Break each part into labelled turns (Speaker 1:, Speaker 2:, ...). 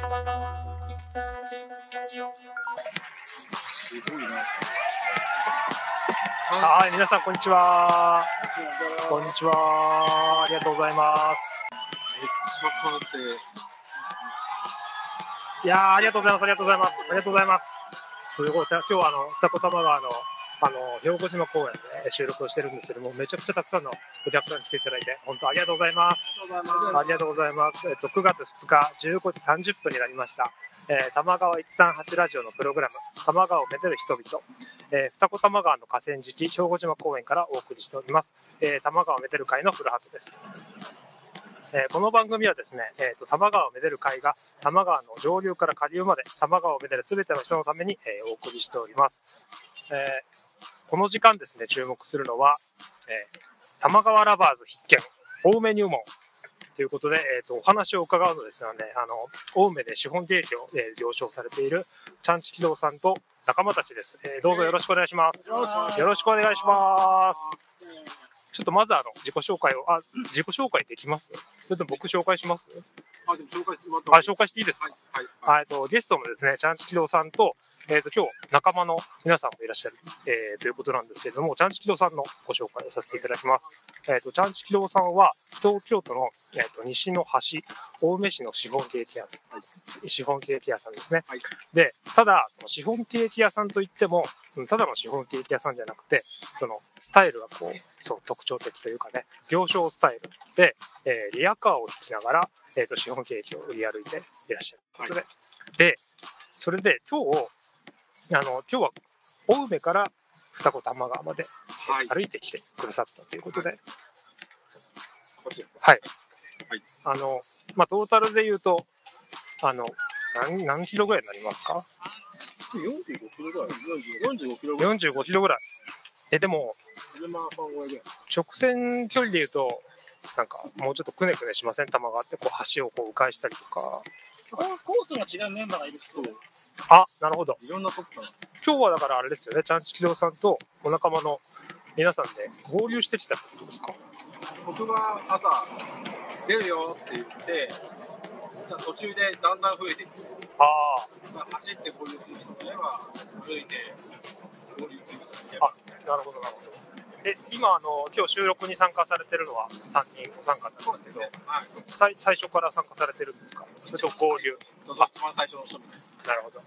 Speaker 1: 川川131ラジオ
Speaker 2: すごいな。
Speaker 3: はい、皆さん、こんにちは。こんにちは。ありがとうございます。
Speaker 2: めっちゃ完成。
Speaker 3: いやー、ありがとうございます。ありがとうございます。ありがとうございます。すごい。た今日は、あの、二子玉川の、あの、兵庫島公園で収録をしてるんですけども、めちゃくちゃたくさんのお客さんに来ていただいて、本当ありがとうございます。ありがとうございます。えっと、9月2日、15時30分になりました。えー、玉川138ラジオのプログラム、玉川をめでる人々、えー、二子玉川の河川敷、兵庫島公園からお送りしております。えー、玉川をめでる会の古畑です。えーこの番組はですね、えー、と多摩川をめでる会が多摩川の上流から下流まで多摩川をめでる全ての人のために、えーお送りしております、えーこの時間ですね注目するのは、えー、多摩川ラバーズ必見青梅入門ということで、えー、とお話を伺うのですので、あの青梅で資本提供、えー了承されているちゃんちきどうさんと仲間たちです、えーどうぞよろしくお願いしますよろしくお願いしますちょっとまずあの自己紹介をあ自己紹介できますそれとも僕紹介します
Speaker 2: あ、でも紹介してもらった
Speaker 3: あ、紹介していいですか
Speaker 2: はい、は
Speaker 3: あえ
Speaker 2: い。
Speaker 3: っと、ゲストもですね、ちゃんちきどうさんと、えっ、と、今日、仲間の皆さんもいらっしゃる、えーということなんですけれども、ちゃんちきどうさんのご紹介をさせていただきます。えっ、と、ちゃんちきどうさんは、東京都の、えっ、と、西の端、青梅市の資本ケーキ屋さん、資本ケーキ屋さんですね。
Speaker 2: はい
Speaker 3: で、ただ、その資本ケーキ屋さんといっても、うんただの資本ケーキ屋さんじゃなくて、その、スタイルがこう、そう、特徴的というかね、行商スタイルで、えーリアカーを引きながら、えっ、と、資本ケーキを売り歩いていらっしゃる。
Speaker 2: は
Speaker 3: そ
Speaker 2: い
Speaker 3: れで、でそれで今日、あの、今日は、青梅から二子玉川まで
Speaker 2: はい。
Speaker 3: 歩いてきてくださったということで、
Speaker 2: こっち
Speaker 3: あの、まあ、トータルで言うと、あの、何、何キロぐらいになりますか
Speaker 2: 45キロぐらい。45キロぐらい。
Speaker 3: ?45 キロぐらい。え、でも、
Speaker 2: 車3ぐらいぐらい。
Speaker 3: 直線距離で言うと、なんか、もうちょっとくねくねしません玉川って、こう、橋をこう、迂回したりとか。
Speaker 4: コースコースが違うメンバーがいる
Speaker 2: そう。い
Speaker 3: あ、なるほど。
Speaker 2: ろんなとこから。
Speaker 3: 今日はだからあれですよね、ちゃんちきどうさんとお仲間の皆さんで合流してきたってことですか
Speaker 2: 僕が朝、出るよって言って、途中でだんだん増えていく。
Speaker 3: あ
Speaker 2: まあ、走って合流する人もいれば、歩いて合流する人もいれ
Speaker 3: あ
Speaker 2: ば。、
Speaker 3: なるほど、なるほど。え、今、あの、今日収録に参加されてるのは3人ご参加なんで
Speaker 2: そう
Speaker 3: す
Speaker 2: で
Speaker 3: け
Speaker 2: す
Speaker 3: ど、
Speaker 2: ね。はい。
Speaker 3: 最最初から参加されてるんですかそれと合流。
Speaker 2: 一番最初の人みたい
Speaker 3: な
Speaker 2: な。
Speaker 3: るほど。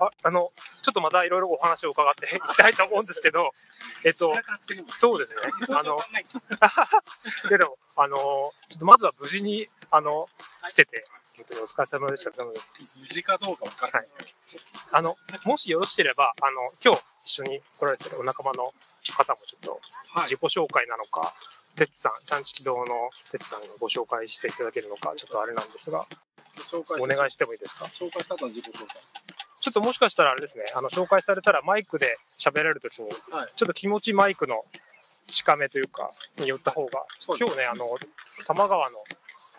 Speaker 3: ああの、ちょっとまたいろいろお話を伺って いきたいと思うんですけど、えっと、そうですね。あの、けど、あの、ちょっとまずは無事に、あの、つけて、本当にお疲れ様でした。お疲れ様です。
Speaker 2: 無事かどうか分からない。
Speaker 3: あの、もしよろしければ、あの、今日一緒に来られてるお仲間の方もちょっと、
Speaker 2: はい
Speaker 3: 自己紹介なのか、てつさん、ちゃんちき堂のてつさんのご紹介していただけるのか、ちょっとあれなんですが、
Speaker 2: 紹介
Speaker 3: お願いしてもいいですか
Speaker 2: 紹介した後の自己紹介。
Speaker 3: ちょっともしかしたらあれですね、あの、紹介されたらマイクで喋られるときに、
Speaker 2: はい
Speaker 3: ちょっと気持ちマイクの近めというか、に寄った方が、
Speaker 2: そうです
Speaker 3: 今日ね、あの、多摩川の、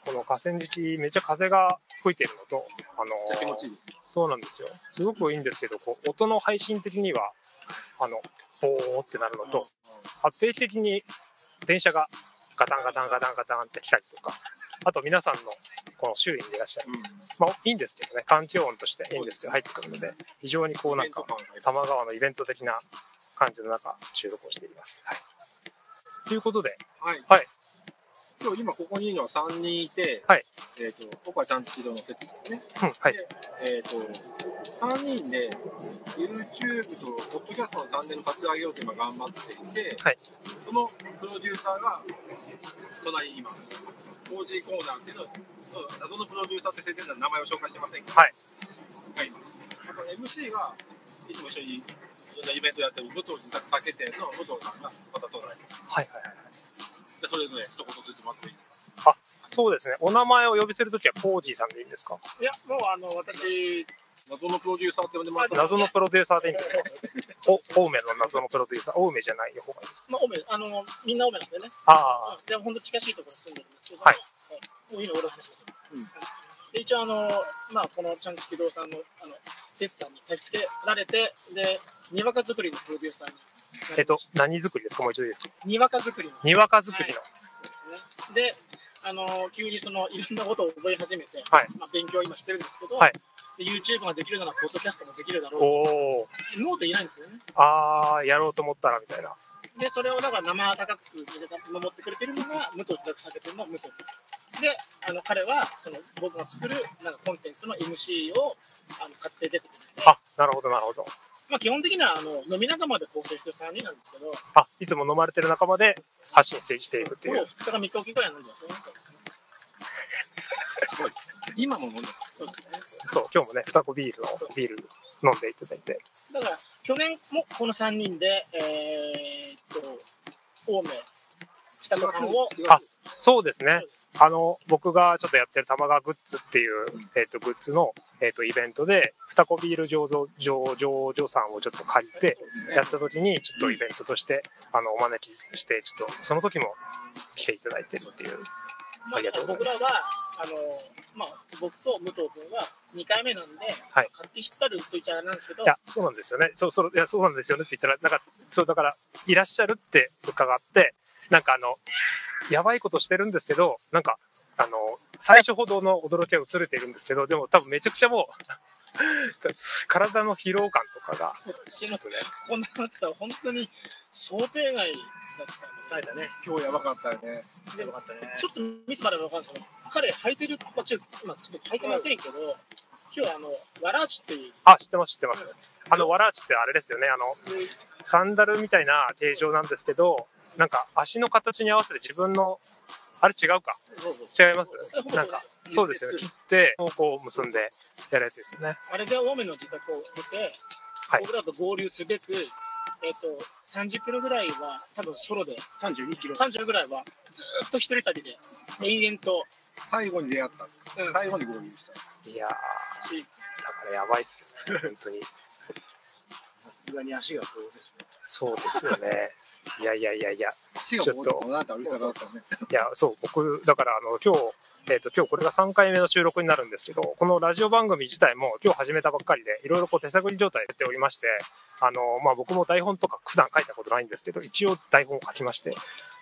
Speaker 3: この河川敷、めっちゃ風が吹いてるのと、あの
Speaker 2: めっちゃ気持ちいいです。
Speaker 3: そうなんですよ。すごくいいんですけど、こう音の配信的には、あの、ボーってなるのと、あ定期的に電車がガタンガタンガタンガタンって来たりとか、あと皆さんのこの周囲にいらっしゃる。
Speaker 2: うん。
Speaker 3: まあいいんですけどね、環境音としていいんですけど、入ってくるので、非常にこうなんか、多摩川のイベント的な感じの中、収録をしています。はい。ということで、
Speaker 2: はい。
Speaker 3: はい。
Speaker 2: 今日今ここにいるのは3人いて、
Speaker 3: はい。
Speaker 2: えっ、と、僕はちゃんと指導の説ですね。
Speaker 3: うん、はい。
Speaker 2: えっ、と、3人で YouTube と Podcast のチャンネル立ち上げようと今頑張っていて、
Speaker 3: はい。
Speaker 2: そのプロデューサーが隣にいます。OG コーナーっていうのを、謎のプロデューサーって設定では名前を紹介してませんけど、
Speaker 3: はい。
Speaker 2: がいます。あと MC がいつも一緒にいろんなイベントやってる武藤自作酒店の武藤さんがまた隣にいます。
Speaker 3: はいはいはい。
Speaker 2: でそれぞれ一言ずつ待っていいですか
Speaker 3: そうですね、お名前を呼びするときはコージーさんでいいんですか
Speaker 4: いや、もうあの、私、
Speaker 2: 謎のプロデューサーって呼んでもらったら、
Speaker 3: 謎のプロデューサーでいいんですかお、青梅の謎のプロデューサー、青梅じゃない方がいいですか
Speaker 4: まあ、オメ、あの、みんなオメなんでね。
Speaker 3: ああ、
Speaker 4: でも、本当近しいところに住んでるんですけど。
Speaker 3: はい
Speaker 4: い。もういいの、俺の話だと
Speaker 2: うん
Speaker 4: で、一応、あの、まあ、このちゃんちき堂さんの、あの、テスターに貸し付けられて、で、にわか作りのプロデューサーに。
Speaker 3: えっと、何作りですかもう一度いいですか
Speaker 4: にわか作りの。
Speaker 3: にわか作りの。
Speaker 4: そうですね。で、あの急にそのいろんなことを覚え始めて、
Speaker 3: はい
Speaker 4: まあ、勉強を今してるんですけど、
Speaker 3: はい
Speaker 4: で YouTube ができるなら、ポッドキャストもできるだろう
Speaker 3: おお。
Speaker 4: ノートいないんですよね。
Speaker 3: ああ、やろうと思ったらみたいな。
Speaker 4: で、それをだから生高く見守ってくれてるのが、武藤自宅酒店の武藤。で、あの彼はその僕が作るなんかコンテンツの MC をあの買って出てくれて、
Speaker 3: あ、なるほど、なるほど。
Speaker 4: まあ、基本的にはあの飲み仲間で構成してる3人なんですけど、
Speaker 3: あ、いつも飲まれてる仲間で発信していくってい
Speaker 4: ほぼ
Speaker 3: う。
Speaker 4: 2日か3日おきぐらいなんですよね。
Speaker 2: すごい。今も飲んでる
Speaker 4: そうですね
Speaker 3: そう、今日もね、双子ビールのビール飲んでいただいて。
Speaker 4: だから去年もこの3人で、えー、っと、青梅、北野さんを、
Speaker 3: あそうですね。あの、僕がちょっとやってる玉川グッズっていう、えっ、と、グッズの、えっ、と、イベントで、双子ビール醸造、醸醸醸さんをちょっと借りて、やった時に、ちょっとイベントとして、あの、お招きして、ちょっと、その時も来ていただいてるっていう。
Speaker 4: まあ、だから僕らは、あの、まあ、僕と武藤君は2回目なんで、
Speaker 3: はい
Speaker 4: 勝手知ったると言っちゃあれなんですけど、
Speaker 3: いや、そうなんですよね。そう、そう、いや、そうなんですよねって言ったら、なんか、そう、だから、いらっしゃるって伺って、なんかあの、やばいことしてるんですけど、なんか、あの、最初ほどの驚きは薄れているんですけど、でも多分めちゃくちゃもう、 体の疲労感とかが、
Speaker 4: しますね。こんな暑さは本当に想定外だったんで、ね、
Speaker 2: 今日やばかったよね。
Speaker 4: でもちょっと見てからわかるんですけど、彼履いてる、まあ、ちょっと今ちょっと履いてませんけど、今日あの、わらちっていう、
Speaker 3: あ、知ってます、知ってます。あの、わらあちってあれですよね、あの、サンダルみたいな形状なんですけど、なんか足の形に合わせて自分の、あれ違うか
Speaker 4: そうそう
Speaker 3: 違います
Speaker 4: そうそう
Speaker 3: なんか、そうですよね。切って、こうこう結んでやるやつですよね。
Speaker 4: あれで青梅の自宅を出て、
Speaker 3: はい
Speaker 4: 僕らと合流すべく、えっ、と、30キロぐらいは、多分ソロで、
Speaker 2: 32キロ
Speaker 4: 30ぐらいは、ずーっと一人旅で、延々と、
Speaker 2: 最後に出会った。最後に合流した。
Speaker 3: いやー、
Speaker 4: し
Speaker 3: だからやばいっすよね、本当に。
Speaker 4: 裏に足がこ
Speaker 3: そうですよね。いやいやいやいや、
Speaker 2: 死が戻ってもなたうるさかったね。
Speaker 3: いや、そう、僕、だから、あの、今日、えっ、と、今日これが3回目の収録になるんですけど、このラジオ番組自体も今日始めたばっかりで、いろいろこう手探り状態でやっておりまして、あの、まあ、僕も台本とか普段書いたことないんですけど、一応台本を書きまして、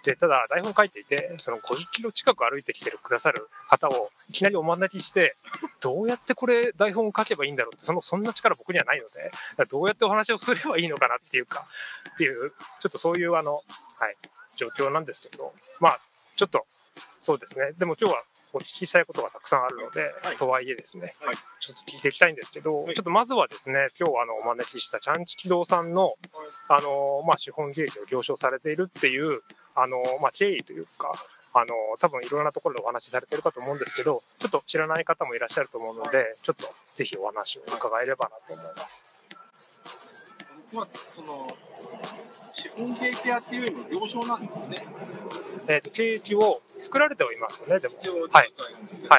Speaker 3: で、ただ台本書いていて、その50キロ近く歩いてきてるくださる方をいきなりお招きして、どうやってこれ台本を書けばいいんだろうって、その、そんな力僕にはないので、どうやってお話をすればいいのかなっていうか、っていう、ちょっとそういうあの、はい、状況なんですけど、まあ、ちょっと、そうですね。でも今日はお聞きしたいことがたくさんあるので、
Speaker 4: はい
Speaker 3: とはいえですね、
Speaker 2: はい
Speaker 3: ちょっと聞いていきたいんですけど、
Speaker 4: はい
Speaker 3: ちょっとまずはですね、今日あのお招きしたちゃんちき堂さんの、あの、まあ、資本利益を了承されているっていう、あの、まあ、経緯というか、あの、多分いろんなところでお話しされてるかと思うんですけど、ちょっと知らない方もいらっしゃると思うので、ちょっとぜひお話を伺えればなと思います。
Speaker 2: まあ、その、資本経営っていうよりも了承なんですね。
Speaker 3: えっ、と、ケーキを作られてはいますよね、でも。
Speaker 2: 一応、
Speaker 3: はい。は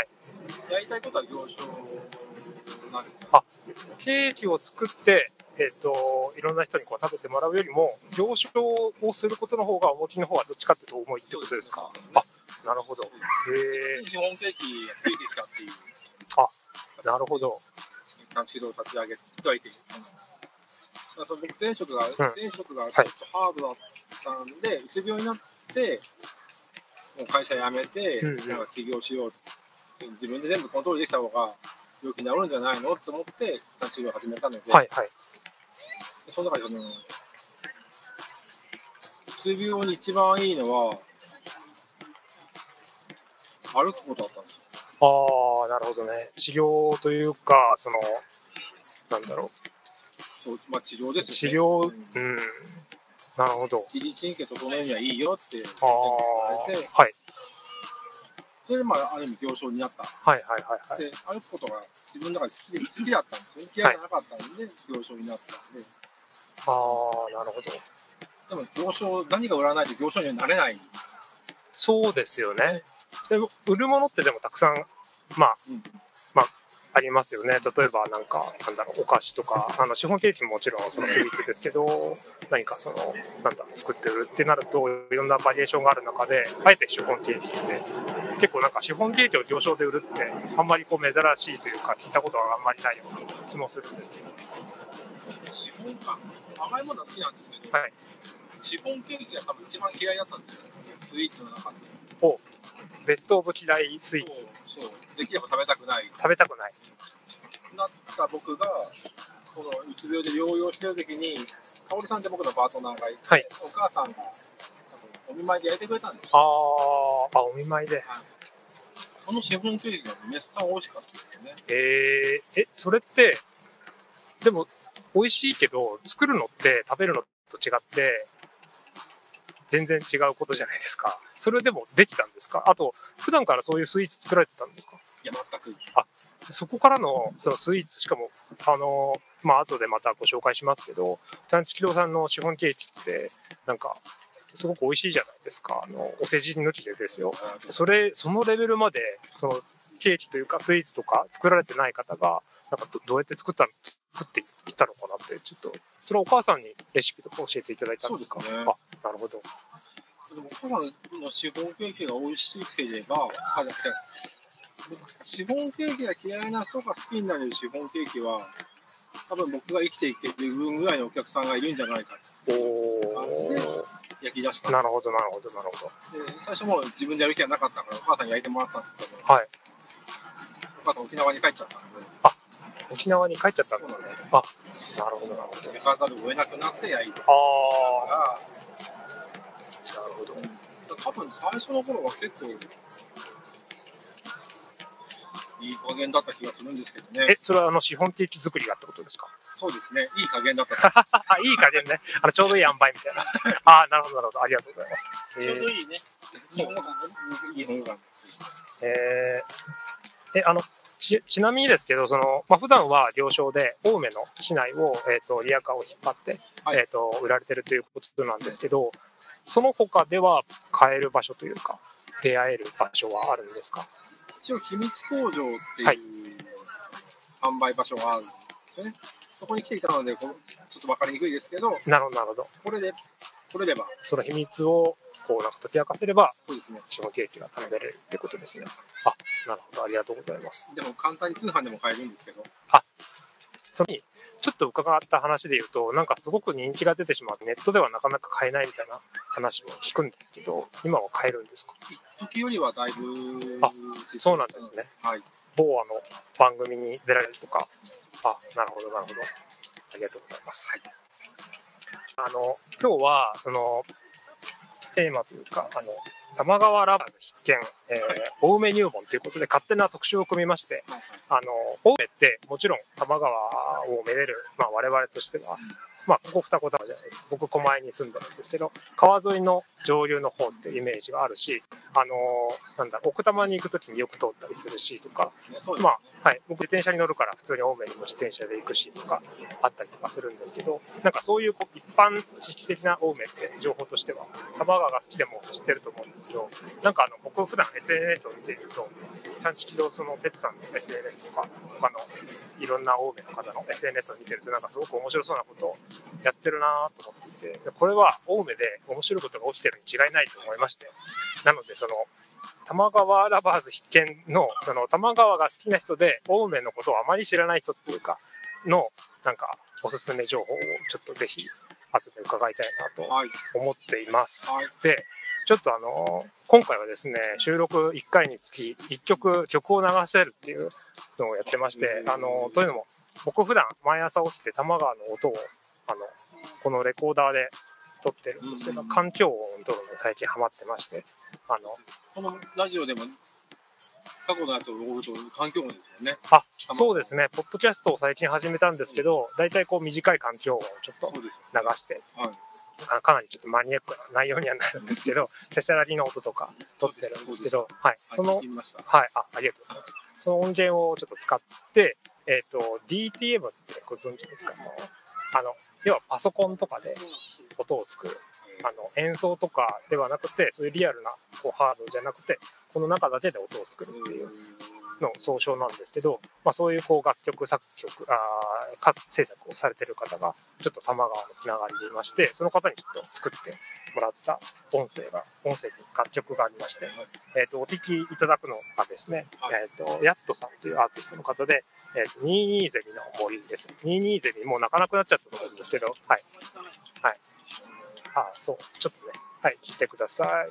Speaker 3: い。
Speaker 2: やりたいことは了承なんですよ。
Speaker 3: ケーキを作って、えっといろんな人にこう食べてもらうよりも、行商をすることの方が、お持ちの方はどっちかっていうと重いってことですか。あなるほど。へえ
Speaker 2: 資本経営がついてきたっていう、
Speaker 3: なるほど。
Speaker 2: 産地を立ち上げといて、あその僕前職が、前職がちょ
Speaker 3: は
Speaker 2: っ
Speaker 3: い
Speaker 2: とハードだったんで、うつ病になって、もう会社辞めて、
Speaker 3: うんうん
Speaker 2: なんか起業しようって、自分で全部コントロールできた方が、病気治るんじゃないのと思って、産地を始めたので、
Speaker 3: はいはい。
Speaker 2: その中で、その、うつ病に一番いいのは、歩くことだったんですよ。
Speaker 3: ああ、なるほどね。治療というか、その、なんだろ
Speaker 2: そうまあ、治療で
Speaker 3: う。
Speaker 2: す
Speaker 3: 治
Speaker 2: よね。
Speaker 3: 療、
Speaker 2: うん
Speaker 3: うん。なるほど。
Speaker 2: 自律神経整えるにはいいよって先
Speaker 3: ああ
Speaker 2: 生に言われて、、
Speaker 3: はい。
Speaker 2: それでまあ、ある意味病床になった。
Speaker 3: はいはいはいはい。
Speaker 2: で、歩くことが自分の中で好きで好きだったんですよね。嫌いじゃなかったんで、病床になったんで。
Speaker 3: ああ、なるほど。
Speaker 2: でも、病床、何が売らないと病床にはなれない。
Speaker 3: そうですよね。でも売るものってでもたくさん、まあ、
Speaker 2: うん
Speaker 3: ありますよね。例えば、なんか、なんだろう、お菓子とか、あの、シフォンケーキももちろん、そのスイーツですけど、何かその、なんだろう、作ってるってなると、いろんなバリエーションがある中で、あえてシフォンケーキって、結構なんかシフォンケーキを行商で売るって、あんまりこう珍しいというか、聞いたことはあんまりないような気もするんですけど。
Speaker 2: 資本感、甘いものは好きなんですけど、
Speaker 3: はい。
Speaker 2: シフォンケーキが多分一番嫌いだったんですよ。スイーツの中で。
Speaker 3: おベストオブ嫌いスイーツ。
Speaker 2: そうそうできれば食べたくない
Speaker 3: 食べたくない。
Speaker 2: なった僕がそのうつ病で療養してる時に香織さんって僕のパートナーがいて、
Speaker 3: はい
Speaker 2: お母さんがお見舞いで焼いてくれたんですよ
Speaker 3: あー、あ、お見舞いで。
Speaker 2: そのシフォンケーキがめっさん美味しかったですよね
Speaker 3: えー、え、それって、でも、美味しいけど、作るのって食べるのと違って、全然違うことじゃないですか。それでもできたんですかあと、普段からそういうスイーツ作られてたんですか
Speaker 2: いや全く
Speaker 3: そこからのそのスイーツ、しかも、あのーまあ、後でまたご紹介しますけど、探知機動さんのシフォンケーキって、なんか、すごく美味しいじゃないですか。あの、お世辞抜きでですよ。それ、そのレベルまで、その、ケーキというかスイーツとか作られてない方が、なんかどどうやって作ったの、作っていったのかなって、ちょっと、それはお母さんにレシピとか教えていただいたんですか
Speaker 2: そうですね
Speaker 3: あ、なるほど。
Speaker 2: でもお母さんのシフォンケーキが美味しければあじゃあ僕シフォンケーキが嫌いな人が好きになれるシフォンケーキは多分僕が生きていける分ぐらいのお客さんがいるんじゃないかって
Speaker 3: お
Speaker 2: 焼き出した
Speaker 3: ー。
Speaker 2: んで
Speaker 3: なるほど、なるほど、なるほど。
Speaker 2: 最初もう自分でやる気はなかったからお母さんに焼いてもらったんですけど、
Speaker 3: はい。
Speaker 2: お母さん沖縄に帰っちゃったんで
Speaker 3: 沖縄に帰っちゃったんですね。あ、なるほど、なるほど。
Speaker 2: 行かざるを得なくなって焼いてた
Speaker 3: あ
Speaker 2: か
Speaker 3: あ、なるほど。
Speaker 2: ら多分最初の頃は結構いい加減だった気がするんですけどね
Speaker 3: え、それはあの資本的作りがってことですか
Speaker 2: そうですねいい加減だった
Speaker 3: あ、いい加減ね。あの、ちょうどいい塩梅みたいな。 ああ、なるほど、なるほど。ありがとうございます。
Speaker 4: ちょうどいいね。日本語感ね。
Speaker 2: いい方が
Speaker 3: えーえーえ、あの、ち、ちなみにですけど、その、まあ、普段は行商で、青梅の市内を、えっ、と、リアカーを引っ張って、
Speaker 2: はい
Speaker 3: えっ、と、売られてるということなんですけど、その他では買える場所というか、出会える場所はあるんですか
Speaker 2: 一応秘密工場っていう、
Speaker 3: はい
Speaker 2: 販売場所があるんですよねそこに来ていたのでこのちょっと分かりにくいですけど
Speaker 3: なるほど、なるほど。
Speaker 2: これで取れれば
Speaker 3: その秘密を、こう、なんか解き明かせれば、
Speaker 2: そうですね
Speaker 3: シフォンケーキが食べれるってことですね。あ、なるほど。ありがとうございます。
Speaker 2: でも簡単に通販でも買えるんですけど
Speaker 3: それに、ちょっと伺った話で言うと、なんかすごく人気が出てしまって、ネットではなかなか買えないみたいな話も聞くんですけど、今は買えるんですか
Speaker 2: 時よりはだいぶ
Speaker 3: あそうなんですね、
Speaker 2: はい、
Speaker 3: 某あの番組に出られるとか。あ、なるほど、なるほど。ありがとうございます。あの、今日は、その、テーマというか、あの、玉川ラバーズ必見、えー、青梅入門ということで、勝手な特集を組みまして、
Speaker 2: はいはい
Speaker 3: あの、青梅って、もちろん多摩川をめでる、まあ我々としては、まあここ二子玉じゃないです。僕、狛江に住んでるんですけど、川沿いの上流の方っていうイメージがあるし、あのなんだ、奥多摩に行くときによく通ったりするしとか、
Speaker 2: そうです
Speaker 3: まあ、はい、僕自転車に乗るから普通に青梅にも自転車で行くしとか、あったりとかするんですけど、なんかそういうこう一般知識的な青梅って情報としては、多摩川が好きでも知ってると思うんですけど、なんかあの、僕普段 SNS を見ていると、ちゃんちきのその、哲さんの SNS とか、他のいろんな青梅の方の SNS を見てると、なんかすごく面白そうなことをやってるなぁと思っていて、でこれは青梅で面白いことが起きてるに違いないと思いまして、なのでその、玉川ラバーズ必見の、その、玉川が好きな人で、青梅のことをあまり知らない人っていうか、の、なんか、おすすめ情報をちょっとぜひ、後で伺いたいなと
Speaker 2: はい
Speaker 3: 思っています。
Speaker 2: はい
Speaker 3: で、ちょっとあのー今回はですね、収録1回につき1曲、曲を流してるっていうのをやってまして、あのーというのも、僕普段毎朝起きて多摩川の音を、あの、このレコーダーで撮ってるんですけど、
Speaker 2: うん
Speaker 3: 環境音を撮るのに最近ハマってまして、あの、
Speaker 2: このラジオでも過去のやつを追うと環境音ですよね
Speaker 3: あ、そうですね、ポッドキャストを最近始めたんですけど、大体こう短い環境音をちょっ
Speaker 2: そ
Speaker 3: と
Speaker 2: うです
Speaker 3: 流して、
Speaker 2: はい
Speaker 3: あかなりちょっとマニアックな内容にはなるんですけど、せせらぎの音とか撮ってるんですけど、はい、そ
Speaker 2: は
Speaker 3: の
Speaker 2: い聞きました
Speaker 3: はい、あ、ありがとうございます。その音源をちょっと使って、えっ、と、DTM ってご存知ですかあの、要はパソコンとかで音を作る。あの、演奏とかではなくて、そういうリアルなこうハードじゃなくて、この中だけで音を作るっていうのを総称なんですけど、まあそういうこう楽曲作曲、あーか制作をされてる方が、ちょっと玉川のつながりでいまして、その方にちょっと作ってもらった音声が、音声というか楽曲がありまして、えっ、と、お聞きいただくのがですね、
Speaker 2: はい
Speaker 3: えっ、と、ヤットさんというアーティストの方で、えっ、と、22ゼミの森です。22ゼミ、もう泣かなくなっちゃったと思うんですけど、はい。はい。あ、そう、ちょっとね、はい、聞いてください。
Speaker 2: はい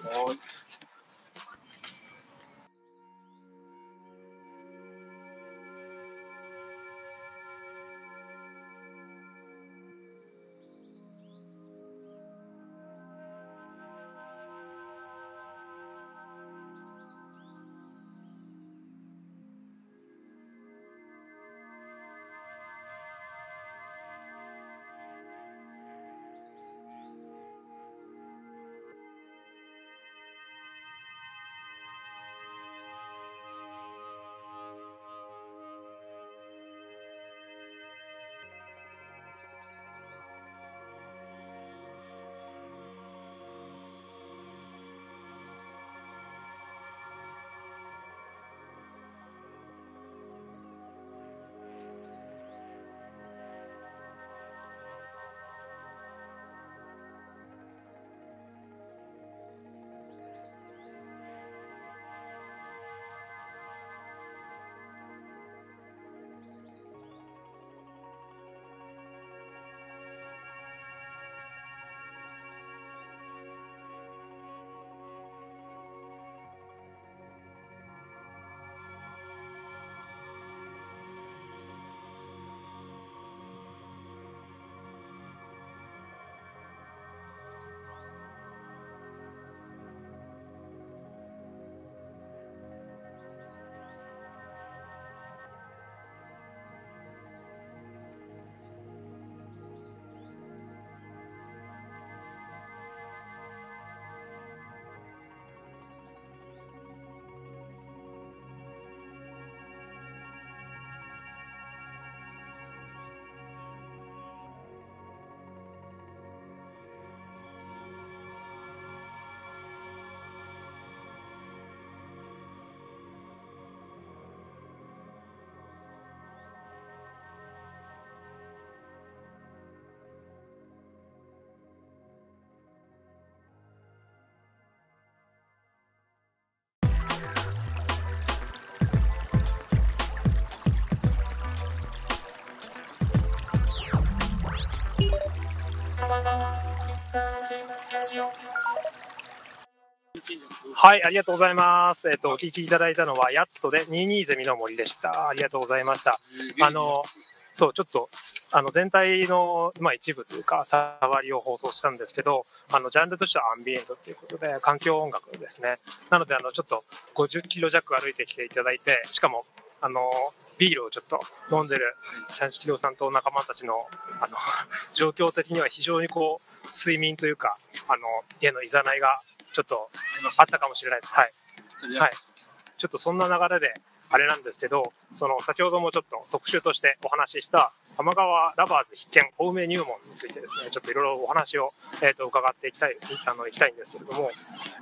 Speaker 1: ラジオ
Speaker 3: はい、ありがとうございます。えっ、と、お聞きいただいたのは、やっとで、22ゼミの森でした。ありがとうございました。あの、そう、ちょっと、あの、全体の、まあ、一部というか、触りを放送したんですけど、あの、ジャンルとしてはアンビエントっていうことで、環境音楽ですね。なので、あの、ちょっと、50キロ弱歩いてきていただいて、しかも、あの、ビールをちょっと飲んでる、チャンシキロさんと仲間たちの、あの、 状況的には非常にこう、睡眠というか、あの、家のいざないが、ちょっと、あったかもしれないです。はい。
Speaker 2: は
Speaker 3: はいい。ちょっとそんな流れで、あれなんですけど、その、先ほどもちょっと特集としてお話しした、玉川ラバーズ必見、お梅入門についてですね、ちょっといろいろお話を、えっ、と、伺っていきたい、あの、いきたいんですけれども、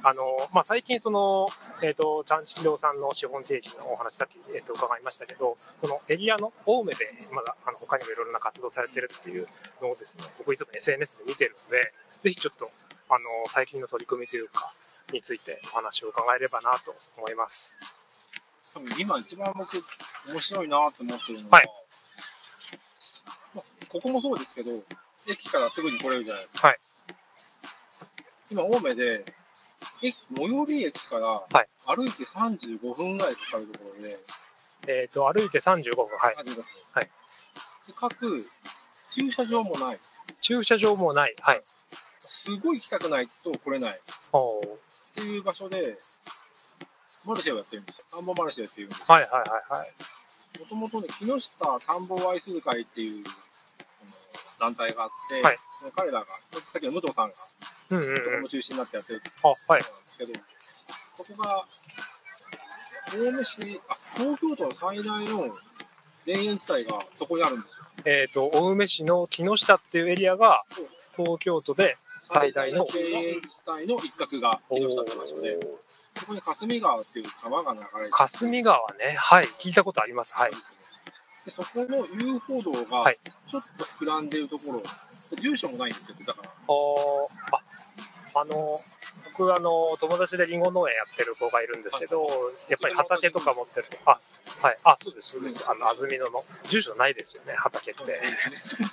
Speaker 3: あの、まあ、最近その、えっ、と、ちゃんちきろうさんの資本定期のお話さっき、えっ、と、伺いましたけど、そのエリアの青梅で、まだ、あの、他にもいろいろな活動されてるっていうのをですね、僕いつも SNS で見てるので、ぜひちょっと、あの、最近の取り組みというか、についてお話を伺えればなと思います。
Speaker 2: 多分今一番僕面白いなと思ってるのは、
Speaker 3: はい
Speaker 2: まあここもそうですけど駅からすぐに来れるじゃないですか、
Speaker 3: はい
Speaker 2: 今青梅で駅最寄り駅から
Speaker 3: はい
Speaker 2: 歩いて35分ぐらいかかるところで、
Speaker 3: えっ、と、歩いて35分、はい。
Speaker 2: あ出てます
Speaker 3: はい
Speaker 2: でかつ駐車場もない
Speaker 3: 駐車場もない、はい。
Speaker 2: すごい行きたくないと来れないっ
Speaker 3: おー
Speaker 2: ていう場所でマルシェをやってるんですよ田んぼマルシェっていうんです
Speaker 3: はいはいはいはい。
Speaker 2: もともとね、木下田んぼを愛する会っていうあの団体があって、
Speaker 3: はい
Speaker 2: その彼らが、さっきの武藤さんが、
Speaker 3: うんうんう
Speaker 2: とこ
Speaker 3: ん
Speaker 2: も。中心になってやってるって
Speaker 3: あ、はい
Speaker 2: こ。となんですけど、ここが、青梅市、あ、東京都の最大の田園地帯がそこにあるんですよ。
Speaker 3: えっ、と、青梅市の木下っていうエリアが、東京都で最大の。
Speaker 2: 田園地帯の一角が木下って場所で、
Speaker 3: おー
Speaker 2: そこに霞川っていう川が流れてる
Speaker 3: 霞川ね、はい。聞いたことあります、はい
Speaker 2: で。そこの遊歩道
Speaker 3: は
Speaker 2: が
Speaker 3: い
Speaker 2: ちょっと膨らんでるところ、住所もないんですけど、だから、
Speaker 3: おーあ、あの、僕、あの、友達でリンゴ農園やってる子がいるんですけど、やっぱり畑とか持ってる。あ、はい。あ、そうです、そうです。あの、安曇野の、住所ないですよね、畑って。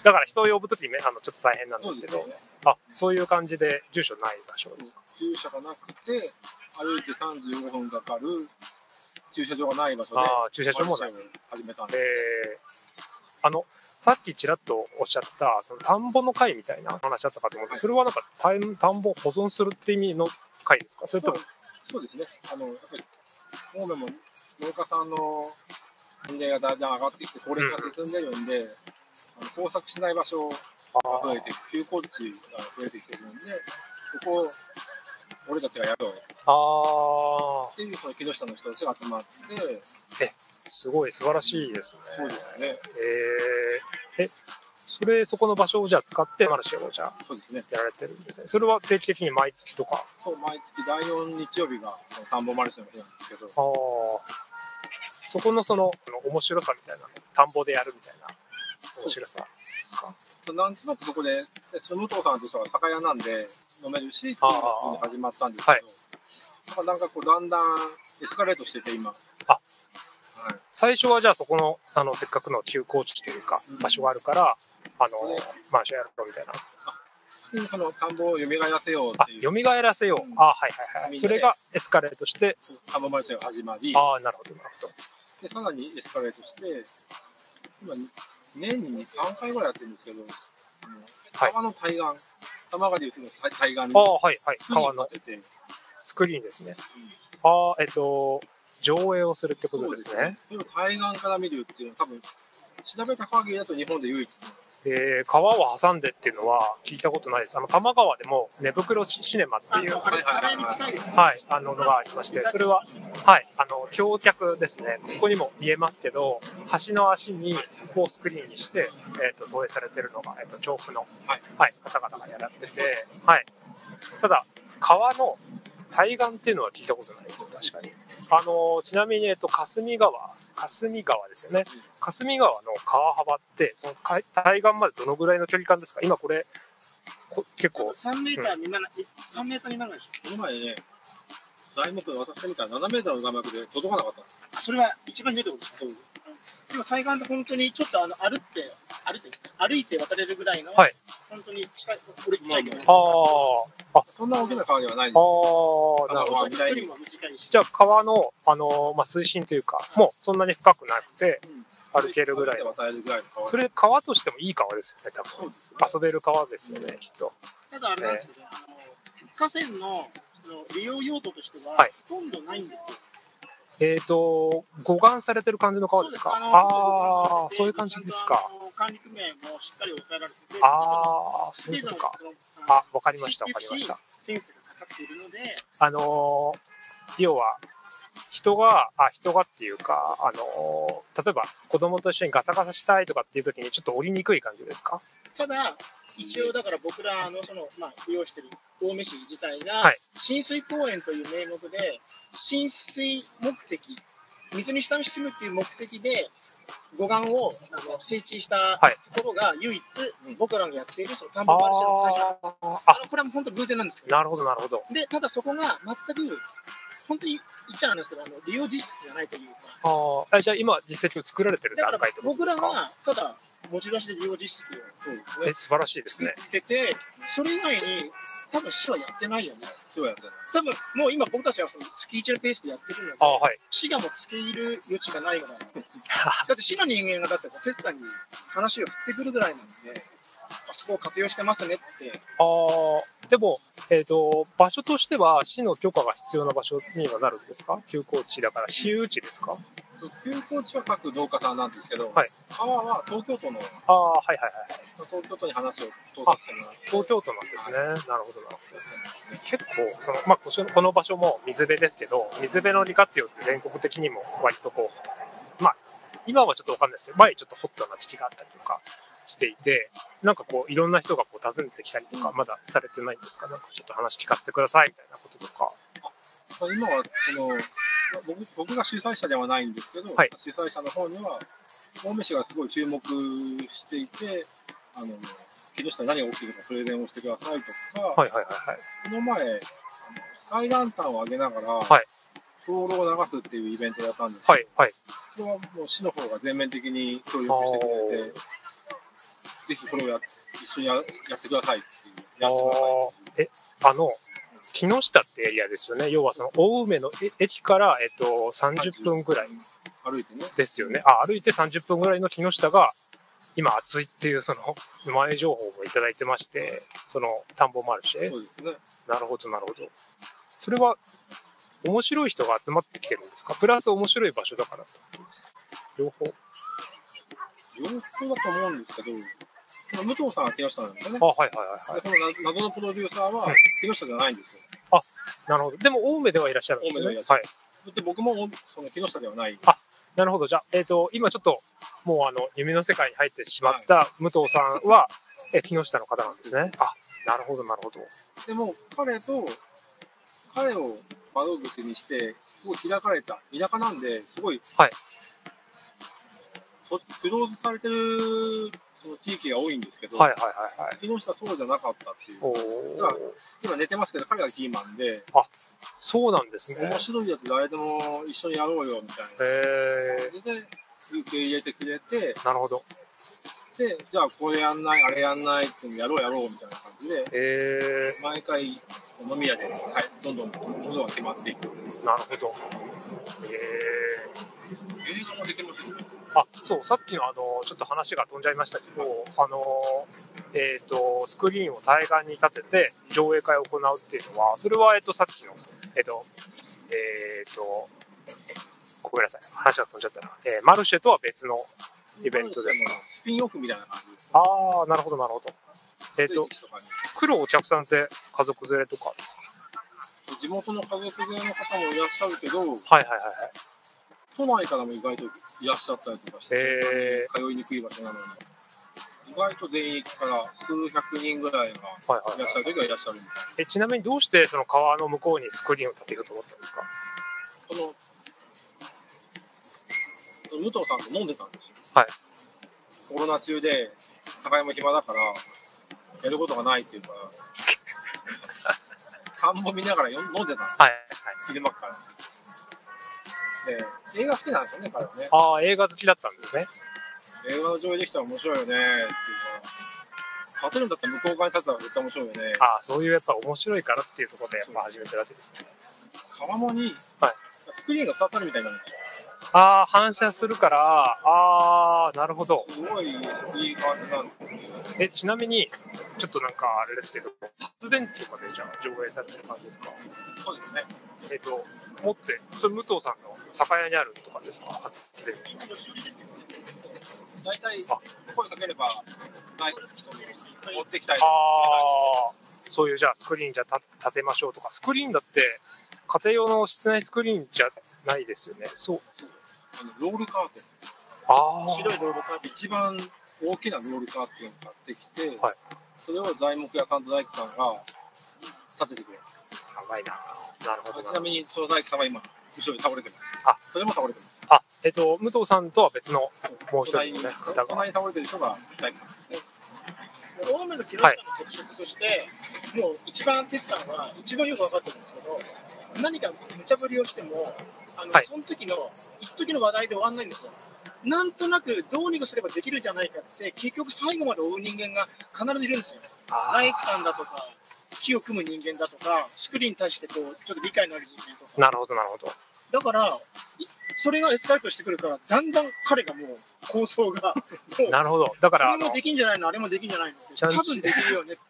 Speaker 3: だから人を呼ぶときにめ、あの、ちょっと大変なんで
Speaker 2: そう
Speaker 3: す
Speaker 2: で
Speaker 3: け
Speaker 2: すよ
Speaker 3: ど
Speaker 2: ね、。
Speaker 3: あ、そういう感じで、住所ない場所ですか。
Speaker 2: 駐車がなくて、歩いて35分かかる駐車場がない場所で、
Speaker 3: ああ、駐車場もない。
Speaker 2: マルシェを始めたん
Speaker 3: え
Speaker 2: です。
Speaker 3: ーあの、さっきちらっとおっしゃった、その田んぼの会みたいな話あったかと思って、それはなんか田ん田んぼを保存するって意味の会ですかそれとも、
Speaker 2: そうですね。あの、やっぱり、青梅も農家さんの年齢がだんだん上がってきて、高齢化が進んでるんで、あの耕作しない場所が増えて、休耕地が増えてきてるんで、そこを俺たちがやろうよ
Speaker 3: ああ
Speaker 2: っていう、その木下の人たちが集まって、
Speaker 3: ー、すごい素晴らしいですね。
Speaker 2: そうですよね。
Speaker 3: えーえ、それ、そこの場所をじゃあ使ってマルシェをじゃあ
Speaker 2: そうですね。
Speaker 3: やられてるんですね。それは定期的に毎月とか。
Speaker 2: そう、毎月第4日曜日がその田んぼマルシェの日なんですけど、
Speaker 3: ああ、そこのその、あの面白さみたいなの、田んぼでやるみたいな面白さですか
Speaker 2: なんとなくそこで、その武藤さんとしては酒屋なんで飲めるし、って
Speaker 3: あ
Speaker 2: い
Speaker 3: あ
Speaker 2: うふうに始まったんですけど、
Speaker 3: はい
Speaker 2: まあなんかこう、だんだんエスカレートしてて、今。
Speaker 3: あ
Speaker 2: はい。
Speaker 3: 最初はじゃあそこの、あの、せっかくの休耕地というか
Speaker 2: うん、
Speaker 3: 場所があるから、あの
Speaker 2: ね、
Speaker 3: マンションやろうみたいな。
Speaker 2: で、その田んぼを蘇らせよう
Speaker 3: あ
Speaker 2: ってい、う、
Speaker 3: 蘇らせよう
Speaker 2: う。ん
Speaker 3: あはいはいは
Speaker 2: み
Speaker 3: い。
Speaker 2: んなで
Speaker 3: それがエスカレートして、
Speaker 2: 田んぼマルシェが始まり、
Speaker 3: ああ、なるほど、なるほど。
Speaker 2: で、さらにエスカレートして、今、年に3回ぐらいやってるんですけど、あの
Speaker 3: はい
Speaker 2: 川の対岸、玉川でいうと対岸に、
Speaker 3: ああ、はいはい。川の
Speaker 2: 立てて、
Speaker 3: スクリーンですね。ああ、えっと、上映をするってことですね。。
Speaker 2: でも対岸から見るっていうのは、多分調べた限りだと日本で唯一の。
Speaker 3: えー、川を挟んでっていうのは聞いたことないです。あの、多摩川でも寝袋シシネマっていう、
Speaker 4: あれ、あれに近いですね。
Speaker 3: はい、あののがありまして、それは、はい、あの、橋脚ですね。ここにも見えますけど、橋の足に、こうスクリーンにして、えっ、と、投影されてるのが、えっ、と、調布の、
Speaker 2: はい
Speaker 3: はい、方々がやられてて、はい。ただ、川の対岸っていうのは聞いたことないですよ、確かに。あの、ちなみに、えっ、と、霞川、霞川ですよね。霞川の川幅って、その海対岸までどのぐらいの距離感ですか今これ、こ結構、
Speaker 4: 3メーター未満、3メーター未満なんですよ。
Speaker 2: この前ね、材木で私が見たら7メーターの材木で届かなかったんです
Speaker 4: それは一番ひどいことです。でも対岸って本当にちょっとあの歩って、歩いて、歩いて渡れるぐらいの、
Speaker 3: はい
Speaker 4: 本当に近い、俺近いけど、
Speaker 3: あ
Speaker 2: まそんな大きな
Speaker 4: あ
Speaker 2: 川ではないです。
Speaker 3: あ、ああ、なるほど。
Speaker 4: 距離も短いし、
Speaker 3: じゃあ川の、あのーまあ、水深というか、もうそんなに深くなくて
Speaker 2: うん
Speaker 3: 歩けるぐらいの。
Speaker 2: 渡れるぐらいの川
Speaker 3: それ川としてもいい川ですよね、多分。
Speaker 4: そうです
Speaker 3: 遊
Speaker 4: ね
Speaker 3: べる川ですよね、きっと。
Speaker 4: ただあれなんですけど、あの河川のその利用用途としては、
Speaker 3: はい
Speaker 4: ほとんどないんですよ。
Speaker 3: えっ、と、護岸されてる感じの川ですか。
Speaker 4: そうの
Speaker 3: ああ、そういう感じですか。。
Speaker 4: あの管理組合もしっかり抑えられてて、
Speaker 3: ああ、そういうことか。あ、わかりました、わかりました。。
Speaker 4: フェンスがかかっているので、
Speaker 3: あのー要は、人が、あ、人がっていうか、あのー例えば子供と一緒にガサガサしたいとかっていう時にちょっと降りにくい感じですか
Speaker 4: ただ、一応だから僕らのその、まあ、利用している青梅市自体が、
Speaker 3: はい
Speaker 4: 浸水公園という名目で、浸水目的、水に親しむという目的で、護岸をあの整地した
Speaker 3: はい
Speaker 4: ところが唯一、僕らがやっているその田ん
Speaker 3: あ
Speaker 4: ぼマルシェの会社
Speaker 3: ー
Speaker 4: あ
Speaker 3: あ、
Speaker 4: のこれは本当偶然なんですけど、
Speaker 3: なるほど、なるほど。
Speaker 4: でただそこが全く、本当に言っちゃなんですけど、あの利用実績がないというか、
Speaker 3: あーあ、じゃあ今実績を作られてる
Speaker 4: だ
Speaker 3: 段
Speaker 4: から
Speaker 3: 階ってこと
Speaker 4: 僕
Speaker 3: で
Speaker 4: ら
Speaker 3: すか
Speaker 4: はただ持ち出しで利用実績を
Speaker 2: そうですね
Speaker 3: え、。素晴らしいです
Speaker 4: 作
Speaker 3: ね。
Speaker 4: ってて、それ以外に多分市はやってないよね。
Speaker 2: そうやってね。
Speaker 4: 多分もう今僕たちはその月1のペースでやってるので、
Speaker 3: ああ、はい。
Speaker 4: 市がもう付け入る余地がないから、だ って市の人間がだってこうテスさんに話を振ってくるぐらいなんで、あそこを活用してますねって、
Speaker 3: ああ、でも、えっ、と、場所としては市の許可が必要な場所にはなるんですか休耕地だから、市有地ですか
Speaker 2: 休耕地は各農家さんなんですけど、
Speaker 3: はい
Speaker 2: 川は東京都の、
Speaker 3: ああ、はいはいはい。
Speaker 2: 東京都に話を通させてもらって、
Speaker 3: 東京都なんですね。なるほど、なるほど。結構、その、まあ、ここの場所も水辺ですけど、水辺の利活用って全国的にも割とこう、まあ、今はちょっとわかんないですけど、前ちょっとホットな時期があったりとかしていて、なんかこう、いろんな人がこう訪ねてきたりとか、まだされてないんですかなんかちょっと話聞かせてくださいみたいなこととか。
Speaker 2: まあ今はそのまあ僕僕が主催者ではないんですけど、
Speaker 3: はい
Speaker 2: 主催者の方には、青梅市がすごい注目していて、あの木下に何が起きてるかプレゼンをしてくださいとか、
Speaker 3: はいはいはいはい。
Speaker 2: この前、あのスカイランタンを上げながら、
Speaker 3: はい
Speaker 2: 灯籠を流すっていうイベントをやったんですけど、
Speaker 3: はいはい。
Speaker 2: それはもう市の方が全面的に協力してくれて、
Speaker 3: あ
Speaker 2: ぜひこれをや一緒にややってくださいっていう、やってくださいっていう。
Speaker 3: ーあの、木下ってエリアですよね。要はその、青梅のえ駅から、えっと、30分ぐらい
Speaker 2: 歩いてね。
Speaker 3: ですよね。あ、歩いて30分ぐらいの木下が、今暑いっていう、その、前情報もいただいてまして、その、田んぼもあるし、
Speaker 2: そうですね。
Speaker 3: なるほど、なるほど。それは、面白い人が集まってきてるんですかプラス面白い場所だからってことですか両方。
Speaker 2: 洋服だと思うんですけど、その武藤さんは木下なんですよね
Speaker 3: あ、。はいはいはいは
Speaker 2: で
Speaker 3: い。
Speaker 2: この謎謎のプロデューサー
Speaker 3: は
Speaker 2: はい木下じゃないんですよ。
Speaker 3: なるほど。でも、青梅ではいらっしゃるんですよ
Speaker 2: 青梅ではい
Speaker 3: ね
Speaker 2: らっ。しゃ
Speaker 3: はい。
Speaker 2: で僕もその木下ではない。
Speaker 3: なるほど。じゃあ、えっ、と、今ちょっと、もうあの、夢の世界に入ってしまった武藤さんは、え、木下の方なんですね。あ、なるほど、なるほど。
Speaker 2: でも彼と、彼を窓口にして、すごい開かれた、田舎なんで、すごい、
Speaker 3: はい
Speaker 2: そクローズされてるその地域が多いんですけど、
Speaker 3: はいはいはいはい。
Speaker 2: 木下そうじゃなかったっていう。
Speaker 3: お
Speaker 2: だか
Speaker 3: ー。
Speaker 2: 今寝てますけど、彼がキーマンで、
Speaker 3: そうなんですね。
Speaker 2: 面白いやつ誰でも一緒にやろうよみたいな
Speaker 3: へえ
Speaker 2: 感じで受け入れてくれて、
Speaker 3: なるほど。
Speaker 2: で、じゃあこれやんない、あれやんないっていうのやろうやろうみたいな感じで、
Speaker 3: へえ
Speaker 2: 毎回飲み屋で、はい、どんどん物が決まっていく。映
Speaker 3: なるほど。へえ
Speaker 2: 画もできますよ。
Speaker 3: あ、そう、さっきのあの、ちょっと話が飛んじゃいましたけど、あの、えっ、と、スクリーンを対岸に立てて上映会を行うっていうのは、それは、えっ、と、さっきの、えっ、と、えっ、と、ごめんなさい、話が飛んじゃったな。えーマルシェとは別のイベントですか。
Speaker 2: スピンオフみたいな感じです。
Speaker 3: ああ、なるほど、なるほど。えっ、と
Speaker 2: 聖、地とかに
Speaker 3: 来るお客さんって家族連れとかですか
Speaker 2: 地元の家族連れの方もいらっしゃるけど、
Speaker 3: はいはいはいはい。
Speaker 2: 都内からも意外といらっしゃったりとかして、
Speaker 3: へ
Speaker 2: 通いにくい場所なのに、意外と全域から数百人ぐらいが
Speaker 3: はいはい
Speaker 2: いらっしゃる時はいらっしゃるみたい
Speaker 3: えちなみにどうしてその川の向こうにスクリーンを立てようと思ったんですか
Speaker 2: な。このその武藤さんと飲んでたんですよ。
Speaker 3: はい
Speaker 2: コロナ中で、酒屋も暇だから、やることがな いっていうから、田んぼ見ながらよ飲んでたんです
Speaker 3: はい、はい、
Speaker 2: 昼間から。で、映画好きなんですよね、彼はね。
Speaker 3: ああ映画好きだったんですね
Speaker 2: 映画の上映できたら面白いよねっていうか、勝てるんだったら向こう側に立ったら絶対面白いよね。
Speaker 3: ああ、そういうやっぱ面白いからっていうところでやっぱ始めてるわけですね。
Speaker 2: 川面に、
Speaker 3: はい
Speaker 2: スクリーンが刺さるみたいになるんですよ
Speaker 3: ああ、反射するから、ああ、なるほど。
Speaker 2: すごいいい感じなんです
Speaker 3: え、ちなみに、ちょっとなんかあれですけど、発電機までじゃあ上映されてる感じですか
Speaker 2: そうですね。
Speaker 3: えっ、と、持って、それ武藤さんの酒屋にあるとかですか発電機。
Speaker 2: 大体
Speaker 3: あ
Speaker 2: 声かければ、ない人に持ってきたい。
Speaker 3: ああ、そういうじゃあスクリーンじゃ立立てましょうとか、スクリーンだって家庭用の室内スクリーンじゃないですよね。そう。
Speaker 2: あのロールカーテン。
Speaker 3: ああ、
Speaker 2: 白いロールカーテン。一番大きなロールカーテンを買ってきて、
Speaker 3: はい
Speaker 2: それを材木屋さんと大工さんが立ててくれる。
Speaker 3: 長いな。なるほどな
Speaker 2: ちなみに、その大工さんは今、後ろに倒れてます。
Speaker 3: あ
Speaker 2: それも倒れてます。
Speaker 3: あ、えっと、武藤さんとは別のもう一
Speaker 2: 隣
Speaker 3: 人
Speaker 2: に、
Speaker 3: のね、方が。
Speaker 2: 隣に倒れてる人が大工さんですね。
Speaker 4: 青梅の木下の特色として、もう一番哲さんは一番よく分かってるんですけど、何か無茶ぶりをしても、あの
Speaker 3: はい
Speaker 4: その時の、一時の話題で終わんないんですよ。なんとなくどうにかすればできるじゃないかって、結局最後まで追う人間が必ずいるんですよ。
Speaker 3: あ
Speaker 4: 大工さんだとか、木を組む人間だとか、スクリーンに対してこうちょっと理解のある人間と
Speaker 3: ー
Speaker 4: か。
Speaker 3: なるほど、なるほど。
Speaker 4: だから、いそれがエスカレートしてくるから、だんだん彼がもう構想が、もう
Speaker 3: なるほど。だから、あ
Speaker 4: あれ
Speaker 3: の
Speaker 4: も、できんじゃないのあれもできんじゃないのって
Speaker 3: ちゃんと
Speaker 4: 多分できるよねって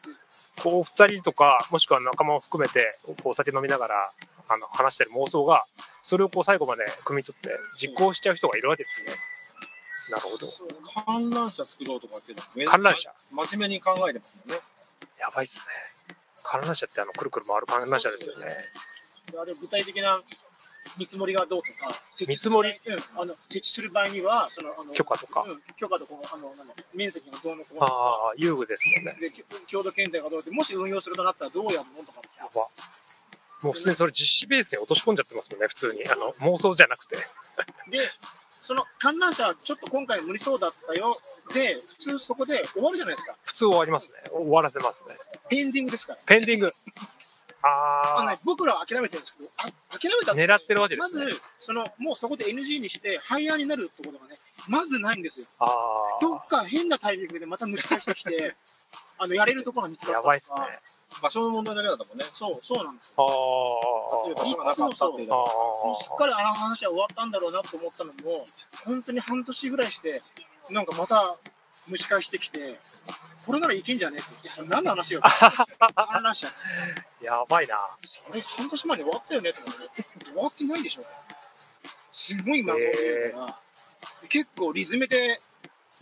Speaker 3: こう、二人とか、もしくは仲間を含めて、こうお酒飲みながら、あの、話してる妄想が、それをこう、最後まで汲み取って、実行しちゃう人がいるわけですね。なるほど。
Speaker 4: そう
Speaker 2: 観覧車作ろうとかっていうのは、
Speaker 3: 観覧車
Speaker 2: 真面目に考えてますよね。
Speaker 3: やばいっすね。観覧車って、あの、くるくる回る観覧車ですよね。
Speaker 4: あれ具体的な見積もりがどうとか設置する
Speaker 3: 見積
Speaker 4: うん、あの設置する場合にはそのあの
Speaker 3: 許可とか。
Speaker 4: うん、許可とかあのなんだ面積がどうのこうの
Speaker 3: ああ、遊具ですもんね。
Speaker 4: でき郷土検定がどうってもし運用するとなったらどうやるのとかって
Speaker 3: やば。もう普通にそれ実施ベースに落とし込んじゃってますもんね、普通に。あの、妄想じゃなくて。
Speaker 4: でその観覧車ちょっと今回無理そうだったよで普通そこで終わるじゃないですか
Speaker 3: 普通終わりますね。終わらせますね。
Speaker 4: エンディングですから
Speaker 3: ペンディング。
Speaker 4: あの
Speaker 3: あ
Speaker 4: ね僕らは諦めてるんですけどあ諦めた
Speaker 3: あ、
Speaker 4: っ
Speaker 3: 狙
Speaker 4: て
Speaker 3: ってるわけで
Speaker 4: ます
Speaker 3: ね。
Speaker 4: ず、そのもうそこで NG にして、ハイヤーになるってことがね、まずないんですよ。
Speaker 3: あ
Speaker 4: ど
Speaker 3: あ
Speaker 4: っか変なタイミングでまた抜き返してきて、 あのやれるところが見つかっ
Speaker 3: ー、
Speaker 4: た
Speaker 3: や
Speaker 4: とか
Speaker 3: ばいっすね。
Speaker 2: 場所の問題だけだったもんね。
Speaker 4: そう、そうなんです
Speaker 3: あ
Speaker 4: よ。
Speaker 3: あ
Speaker 2: 例えば、今なかったっていうのは
Speaker 3: あ
Speaker 4: もうすっ
Speaker 3: あ
Speaker 4: かりあの話は終わったんだろうなと思ったのも、本当に半年ぐらいして、なんかまた蒸し返してきて、これならいけんじゃねえって言って、それ何の話よ。観覧車。
Speaker 3: やばいな。
Speaker 4: それ半年前に終わったよねって思って、終わってないでしょ。すごい今、
Speaker 3: へ
Speaker 4: から結構リズムで、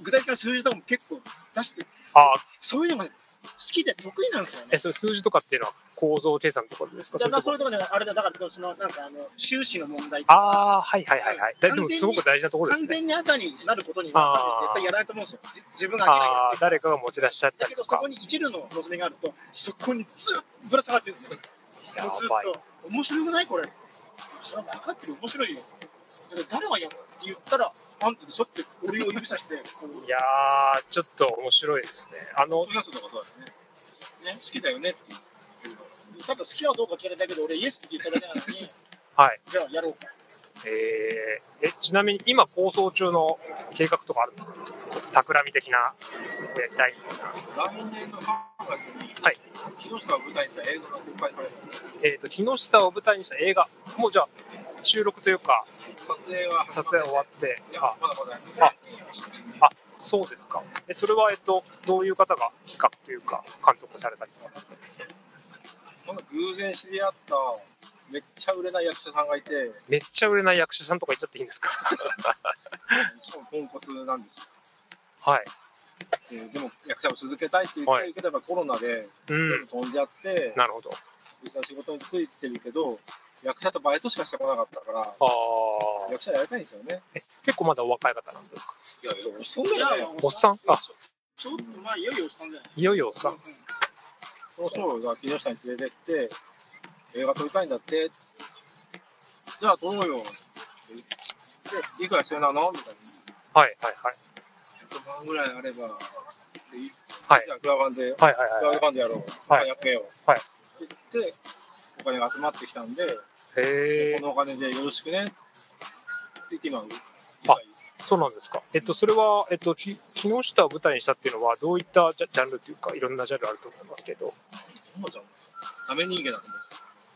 Speaker 4: 具体的な数字とかも結構出して、
Speaker 3: ああ、
Speaker 4: そういうのが好きで得意なんですよ
Speaker 3: え、
Speaker 4: ね。
Speaker 3: それ数字とかっていうのは構造計算とかですかそ
Speaker 4: だ
Speaker 3: れ
Speaker 4: から
Speaker 3: と
Speaker 4: そうい
Speaker 3: も
Speaker 4: うところで、あれだ、だから、その、なんか、あの、収支の問題。
Speaker 3: ああ、はいはいはいはい。だ
Speaker 4: 完
Speaker 3: で
Speaker 4: 全
Speaker 3: も
Speaker 4: に
Speaker 3: すごく大事なところです
Speaker 4: 完
Speaker 3: ね。
Speaker 4: 全に赤になることには、絶対やらないと思うんですよ。じ自分が明らかにや
Speaker 3: あ
Speaker 4: って
Speaker 3: あ、誰かが持ち出しちゃった
Speaker 4: だ
Speaker 3: り
Speaker 4: け
Speaker 3: と
Speaker 4: ど、そ
Speaker 3: か
Speaker 4: こ。に一縷の望みがあると、そこにずっとぶら下がってるんですよ。
Speaker 3: や
Speaker 4: もうず
Speaker 3: ばい。
Speaker 4: っと、面白くないこれ。それは分かってる、面白いよ。だから誰がやるって言ったら、あんたでしょって、俺を指さして、こう
Speaker 3: いやー、ちょっと面白いですね。あの
Speaker 2: ポッ、ドキャストとかそうだよね。ね好きだよねっていう。
Speaker 4: ただ好きかどうか聞いただけで、俺イエスって言っただけなのに、
Speaker 3: はい。
Speaker 4: じゃあやろうか。
Speaker 3: えー、えちなみに今構想中の計画とかあるんですか企み的な、やりたい。
Speaker 2: 来年の3月に、
Speaker 3: はい
Speaker 2: 木下が舞台にした映像が公開されるんです
Speaker 3: えっ、と、木下を舞台にした映画、もうじゃあ、収録というか、
Speaker 2: 撮影は
Speaker 3: 撮影終わって、
Speaker 2: いや
Speaker 3: あ、
Speaker 2: まだまだ
Speaker 3: あそうですか。え、それは、えっ、と、どういう方が企画というか、監督されたりとかだったんですか
Speaker 2: なんか偶然知り合っためっちゃ売れない役者さんがいて
Speaker 3: めっちゃ売れない役者さんとか言っちゃっていいんですか
Speaker 2: しかもポンコツなんです
Speaker 3: はい。
Speaker 2: よ、ででも役者を続けたいって言って、
Speaker 3: はい
Speaker 2: けどやっぱコロナで
Speaker 3: うん。
Speaker 2: 飛んじゃって
Speaker 3: なるほど。
Speaker 2: 実際仕事に就いてるけど役者とバイトしかしてこなかったから
Speaker 3: あー
Speaker 2: 役者やりたいんですよね
Speaker 3: 結構まだお若い方なんですか
Speaker 2: いやいや
Speaker 4: そんな
Speaker 2: だ
Speaker 4: や
Speaker 2: よ
Speaker 3: おっさんあ
Speaker 4: ちょっとまあ、いよいよおっさんじゃない。
Speaker 3: いよいよおっさん。
Speaker 2: そうそうが木下に連れてって、映画撮りたいんだって。じゃあ撮ろうよ。で、いくら必要なのみたい
Speaker 3: はいはいはい。
Speaker 2: な。100万ぐらいあれば、でい
Speaker 3: はい
Speaker 2: じゃあクラファンで、
Speaker 3: はいは
Speaker 2: ク
Speaker 3: い
Speaker 2: ラ
Speaker 3: は
Speaker 2: フ
Speaker 3: い。
Speaker 2: ァンでやろう。
Speaker 3: はい
Speaker 2: やってよう。
Speaker 3: はい
Speaker 2: って言って、お金が集まってきたんで、
Speaker 3: へえ
Speaker 2: こ。のお金でよろしくね。って言って今、
Speaker 3: そうなんですか。えっと、それは、えっと、き木下を舞台にしたっていうのは、どういったジャジャンルっていうか、いろんなジャンルあると思いますけど。
Speaker 2: そうじゃん。ダメ人間だと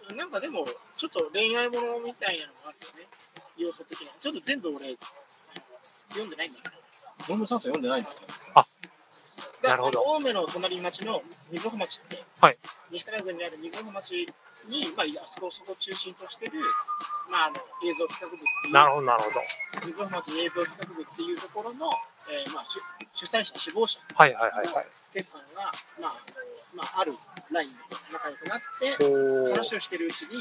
Speaker 2: 思
Speaker 4: なんかでも、ちょっと恋愛ものみたいなのがあるよね。要素的な。ちょっと全部俺、読んでないんだけど。
Speaker 2: う。俺もちゃんと読んでないんだよ。
Speaker 3: なるほど
Speaker 4: 青梅の隣町の溝穂町って、
Speaker 3: はい
Speaker 4: 西田郡にある溝穂町に、まあ、あそこをそこを中心としてる、まあ、あの映像企画部っていう、
Speaker 3: なるほど、なるほど。
Speaker 4: 溝穂町映像企画部っていうところの、えーまあ、主主催者、志望者
Speaker 3: はいはいはいはい。
Speaker 4: テスさんが、まああのまあ、あるラインで仲良くなって、
Speaker 3: おー
Speaker 4: 話をしてるうちに、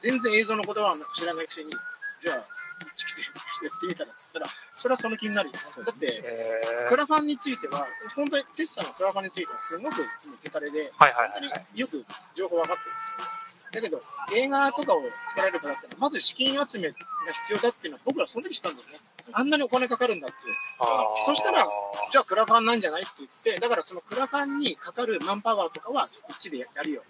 Speaker 4: 全然映像のことはなんか知らないくせに、じゃあ、こっち来てやってみたらっつったら、それはその気になるよね。だって、
Speaker 3: えー
Speaker 4: クラファンについては、本当にテスさんのクラファンについてはすごく手たれで、
Speaker 3: はいはい
Speaker 4: 本
Speaker 3: はい
Speaker 4: 当に
Speaker 3: はい。
Speaker 4: よく情報分かってるんですよ。だけど、映画とかを作られる方ってのは、まず資金集めが必要だっていうのは、僕らその時知ったんだよね。あんなにお金かかるんだって。
Speaker 3: ー
Speaker 4: そしたらじゃあクラファンなんじゃないって言って、だからそのクラファンにかかるマンパワーとかは、こっちでやるよ。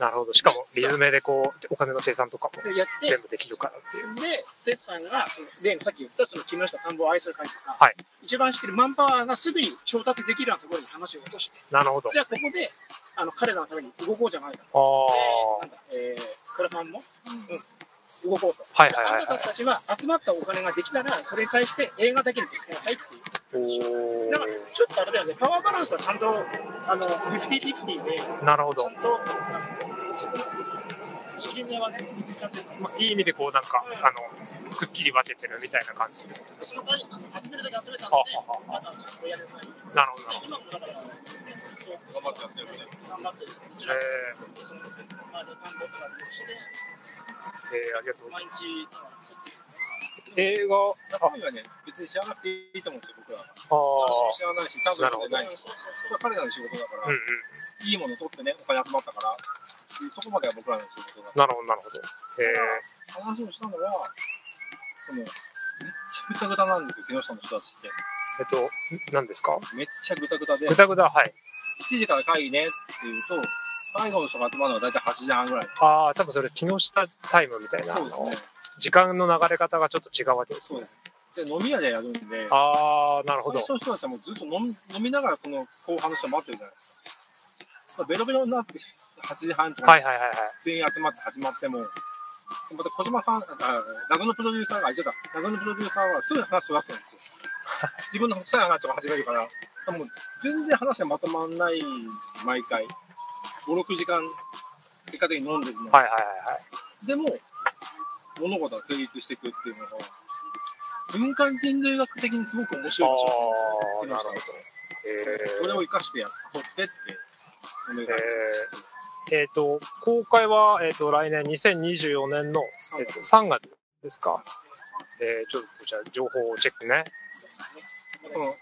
Speaker 3: なるほど。しかも、リズムでこう、お金の生産とかも
Speaker 4: で、やって、
Speaker 3: 全部できるからっていう。
Speaker 4: で、テツさんが、その例のさっき言ったその木下田んぼを愛する会とか、
Speaker 3: はい
Speaker 4: 一番知ってるマンパワーがすぐに調達できるようなところに話を落として、
Speaker 3: なるほど。
Speaker 4: じゃあここで、あの、彼らのために動こうじゃないか
Speaker 3: あ
Speaker 4: と。
Speaker 3: あ
Speaker 4: で、なんだ、えー、クラファンも、うん、動こうと。
Speaker 3: はいはい
Speaker 4: あ
Speaker 3: は
Speaker 4: ない
Speaker 3: は
Speaker 4: た
Speaker 3: い。
Speaker 4: たちは集まったお金ができたら、それに対して映画だけにぶつけなさいっていう。
Speaker 3: お
Speaker 4: だから、ちょっとあれだよね、パワーバランスはちゃんと、あの、50-50で、ち
Speaker 3: ーなるほ
Speaker 4: ゃ
Speaker 3: ど
Speaker 4: ん。と、資金はね、ちゃんと、
Speaker 3: まあ、いい意味でこう、なんか、あの、くっきり分けてるみたいな感じってことです
Speaker 4: そ
Speaker 3: か
Speaker 4: の。代わりあの集めるだけ集めたん
Speaker 3: は
Speaker 4: で
Speaker 3: は、は
Speaker 4: あとはちょっとやるのがいい。
Speaker 3: なるほど、なるほ
Speaker 4: 今もだか
Speaker 2: 頑張っ
Speaker 4: ら、
Speaker 2: てやってるよね。
Speaker 4: 頑張って、こ
Speaker 3: ど。
Speaker 4: ちら
Speaker 3: え、
Speaker 4: その、まあ、田んぼとか利用して、
Speaker 3: ー、えー、ありがとうございま
Speaker 4: 毎日、撮っ
Speaker 3: す。
Speaker 4: て、
Speaker 3: 映画、
Speaker 2: 中身はね、別に知らなくていいと思うんですよ、僕らは。
Speaker 3: あ
Speaker 2: 知らないし、ちゃんと知らないし。
Speaker 4: そうそう
Speaker 2: これは彼らの仕事だ
Speaker 3: あ、
Speaker 2: か
Speaker 3: うん
Speaker 2: ら、
Speaker 3: うん。
Speaker 2: いいもの取ってね、お金集まったから、そこまでは僕らの仕事だ。
Speaker 3: なるほど、なるほど。え
Speaker 2: 話をしたのは、その、めっちゃぐたぐたなんですよ、木下の人たちって。
Speaker 3: ー、えっと、何ですか
Speaker 2: めっちゃぐたぐたで、
Speaker 3: ぐ
Speaker 2: 7
Speaker 3: だぐだ、はい。
Speaker 2: 時から会議ねって言うと、最後の人が集まるのは大体8時半ぐらい。
Speaker 3: ああ、多分それ、木下タイムみたいな、あ
Speaker 2: そうです
Speaker 3: の
Speaker 2: ね。
Speaker 3: 時間の流れ方がちょっと違うわけです
Speaker 2: そ
Speaker 3: ね
Speaker 2: う。です。で、飲み屋でやるんで、
Speaker 3: ああ、なるほど。
Speaker 2: その人たちはもうずっと飲み飲みながらその後半の人待ってるじゃないですか。まあベロベロになって、8時半とかに
Speaker 3: はいはいはいはい。
Speaker 2: 全員集まって始まっても、また小島さん、あ謎のプロデューサーが、あ、ちょっと謎のプロデューサーはすぐ話を出す んですよ。自分のしたい話とか始めるから、もう全然話がまとまんない、毎回。5、6時間、結果的に飲んでるの。
Speaker 3: はいはいはいはい。
Speaker 2: でも、物事は成立していくっていうのが、文化人類学的にすごく面白いでしょ。
Speaker 3: ああ、なるほど。
Speaker 2: それ
Speaker 3: え
Speaker 2: を生かしてやっとってって、お願いし
Speaker 3: えーえーと、公開は、えっ、と、来年2024年の、えー、と3月ですか。えー、ちょっと、じゃあ情報をチェックね。
Speaker 2: ます。その、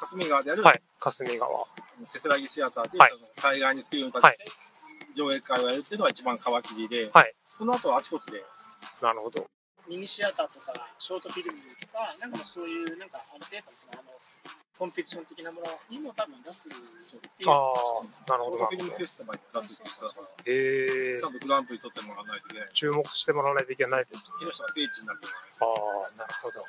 Speaker 2: 霞川である、
Speaker 3: はい、霞川。
Speaker 2: せせらぎシアターで、
Speaker 3: はい
Speaker 2: 海外に作るように立って、上映会をやるっていうのが一番皮切りで、
Speaker 3: はい
Speaker 2: その後はあちこちで、
Speaker 3: なるほど。
Speaker 4: ミニシアターとか、ショートフィルムとか、なんかもうそういう、なんかある程度の、あの、コンペティション的なものにも多分出すっていう。
Speaker 3: ああ、なるほどな
Speaker 2: 東京フィルムフ
Speaker 3: る
Speaker 2: ェスティバルに出すって言ってたから、
Speaker 3: ほど。え
Speaker 2: ちゃ
Speaker 3: ー、
Speaker 2: んとグランプリ取ってもらわないといけない。
Speaker 3: 注目してもらわないといけないです。
Speaker 2: 木下が聖地になってる
Speaker 3: ああ、なるほど。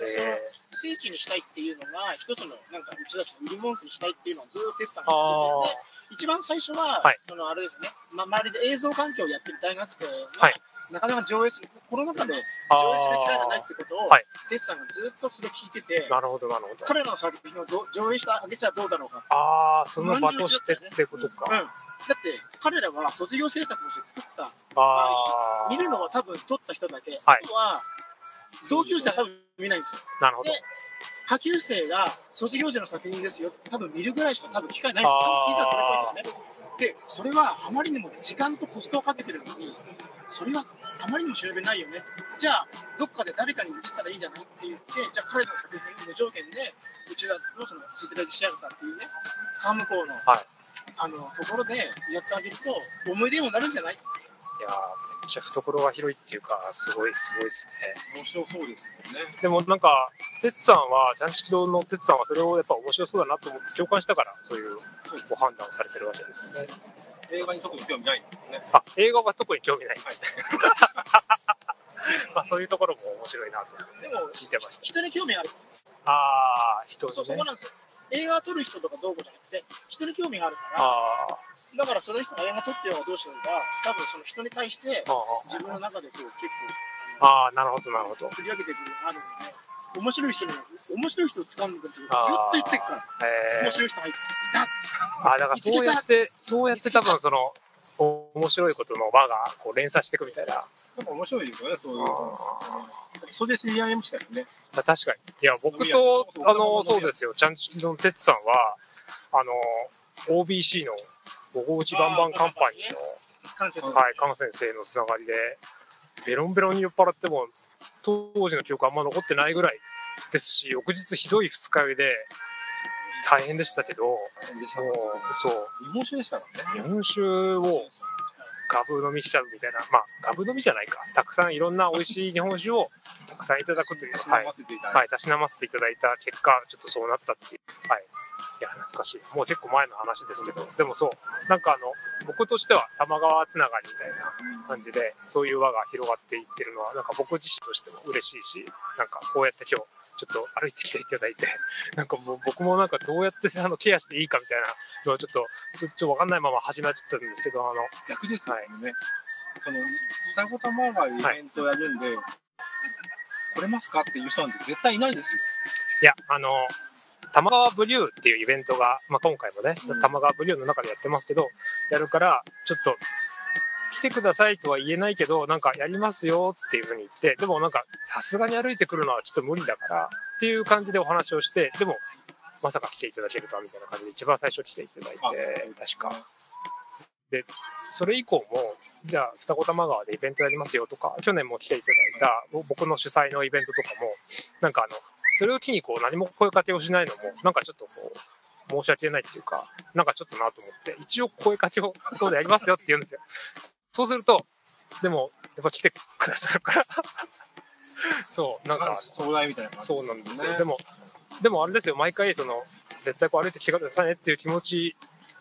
Speaker 3: えー、
Speaker 4: 聖地にしたいっていうのが、一つの、なんか、うちだと売り文句にしたいっていうのをずっとテスさんが言
Speaker 3: あ
Speaker 4: っ
Speaker 3: あ
Speaker 4: てて、、一番最初は、
Speaker 3: はい
Speaker 4: そのあれですね、ま、周りで映像環境をやってる大学生が、
Speaker 3: はい
Speaker 4: なかなか上映する、コロナ禍で上映す
Speaker 3: あ
Speaker 4: る機会がないってことを、
Speaker 3: はい
Speaker 4: デスさんがずっとそれを聞いてて
Speaker 3: あ、、なるほど、なるほど。
Speaker 4: 彼らの作品をど上映したあげちゃどうだろうか。
Speaker 3: ああ、その場としてってこと
Speaker 4: うん、
Speaker 3: か。
Speaker 4: だって彼らは卒業制作として作っ
Speaker 3: あ
Speaker 4: た、
Speaker 3: あ
Speaker 4: 見、るのは多分撮った人だけ、
Speaker 3: はい
Speaker 4: あとは同級生は多分見ないんですよ。
Speaker 3: なるほど
Speaker 4: で。下級生が卒業時の作品ですよ多分見るぐらいしか多分機会ない
Speaker 3: あー
Speaker 4: 聞いたらそれっぽいですよねでそれはあまりにも時間とコストをかけてるのにそれはあまりにも終便ないよねじゃあどっかで誰かに映ったらいいじゃないって言ってじゃあ彼の作品を無条件でうちらのそのシテラジシアターっていうね川向こうの,、
Speaker 3: はい
Speaker 4: あのところでやってあげると思い出にもなるんじゃない
Speaker 3: いやーめっちゃ懐が広いっていうか、すごい、すごいですね。
Speaker 2: 面白そうですよね。
Speaker 3: でもなんか、哲さんは、ジャンシキ堂の哲さんはそれをやっぱ面白そうだなと思って共感したから、そういうご判断をされてるわけですよね。
Speaker 2: 映画に特に興味ないんですよね。
Speaker 3: あ、映画は特に興味ないんですね。 まあ、そういうところも面白いなと
Speaker 4: でも
Speaker 3: 聞いてました。
Speaker 4: 人に興味ある
Speaker 3: ああ、人
Speaker 4: そう
Speaker 3: に
Speaker 4: そ
Speaker 3: ね
Speaker 4: こ。なんですよ映画撮る人とかどうこうじゃなくて人に興味があるか
Speaker 3: あー
Speaker 4: らだからその人が映画撮ってようがどうしようが多分その人に対して
Speaker 3: あ
Speaker 4: 自分の中でこう結
Speaker 3: ー、あーなるほど、なるほ
Speaker 4: 構
Speaker 3: ど。
Speaker 4: 釣り上げてくるのがあるので面白い人に面白い人を掴んでくるってこと
Speaker 3: あ
Speaker 4: をずっと言
Speaker 3: ー
Speaker 4: ってくから
Speaker 3: え
Speaker 4: 面
Speaker 3: ー
Speaker 4: 白い人入って
Speaker 3: あー、だからそうやって、そうやって多分その、お面白いことの輪がこう連鎖していくみたいな。
Speaker 2: なんか面白いですよね、そういうの。
Speaker 3: あ
Speaker 2: それで知り合いましたよね。
Speaker 3: ー確かに。いや、僕と、あの、そうですよ、ちゃんちの哲さんは、あの、OBC のごごうちバンバンカンパニーの、
Speaker 4: 感謝する
Speaker 3: はい、菅先生のつながりで、ベロンベロンに酔っ払っても、当時の記憶あんま残ってないぐらいですし、翌日ひどい二日酔いで、大変でしたけど、も
Speaker 2: でしたね
Speaker 3: う、そう、
Speaker 2: 日本酒でしたから
Speaker 3: 日
Speaker 2: ね。
Speaker 3: 本酒をガブ飲みしちゃうみたいな、まあ、ガブ飲みじゃないか。たくさんいろんな美味しい日本酒をたくさんいただくという、はい。
Speaker 2: 待っていただ
Speaker 3: はいい、たしなませていただいた結果、ちょっとそうなったっていう。はい。いや、懐かしい。もう結構前の話ですけど、でもそう、なんかあの、僕としては玉川つながりみたいな感じで、そういう輪が広がっていってるのは、なんか僕自身としても嬉しいし、なんかこうやって今日、ちょっと歩いてきていただいて、 なんかもう僕もなんかどうやってあのケアしていいかみたいなのはちょっと、ちょっとわかんないまま始まっちゃったんですけど、あの、
Speaker 2: 逆ですよね。その、双子玉川でイベントやるんで、来れますかっていう人なんて絶対いないですよ。
Speaker 3: いや、あの、玉川ブリューっていうイベントが、まあ、今回もね、
Speaker 2: うん
Speaker 3: 玉川ブリューの中でやってますけど、やるから、ちょっと、来てくださいとは言えないけど、なんかやりますよっていうふうに言って、でもなんか、さすがに歩いてくるのはちょっと無理だから、っていう感じでお話をして、でも、まさか来ていただけるとは、みたいな感じで、一番最初来ていただい
Speaker 2: あ
Speaker 3: て、確か。それ以降も、じゃあ、二子玉川でイベントやりますよとか、去年も来ていただいたぼ僕の主催のイベントとかも、なんかあの、それを機にこう何も声かけをしないのも、なんかちょっとこう、申し訳ないっていうか、なんかちょっとなと思って、一応声かけを、今度やりますよって言うんですよ。そうすると、でも、やっぱ来てくださるから、 そう、なんか、
Speaker 2: 壮大みたいな感じ
Speaker 3: そうなんですよ。でも、でもあれですよ、毎回、その、絶対こう歩いてきてくださいねっていう気持ち、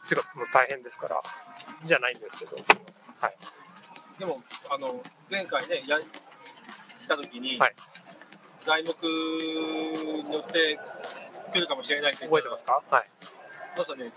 Speaker 3: っていうか、もう大変ですから、じゃないんですけど。
Speaker 2: でも、あの、前回ね、や、来た時に、
Speaker 3: はい
Speaker 2: 材木によって来るかもしれないけど、
Speaker 3: 覚えてますかはい。
Speaker 2: まさね、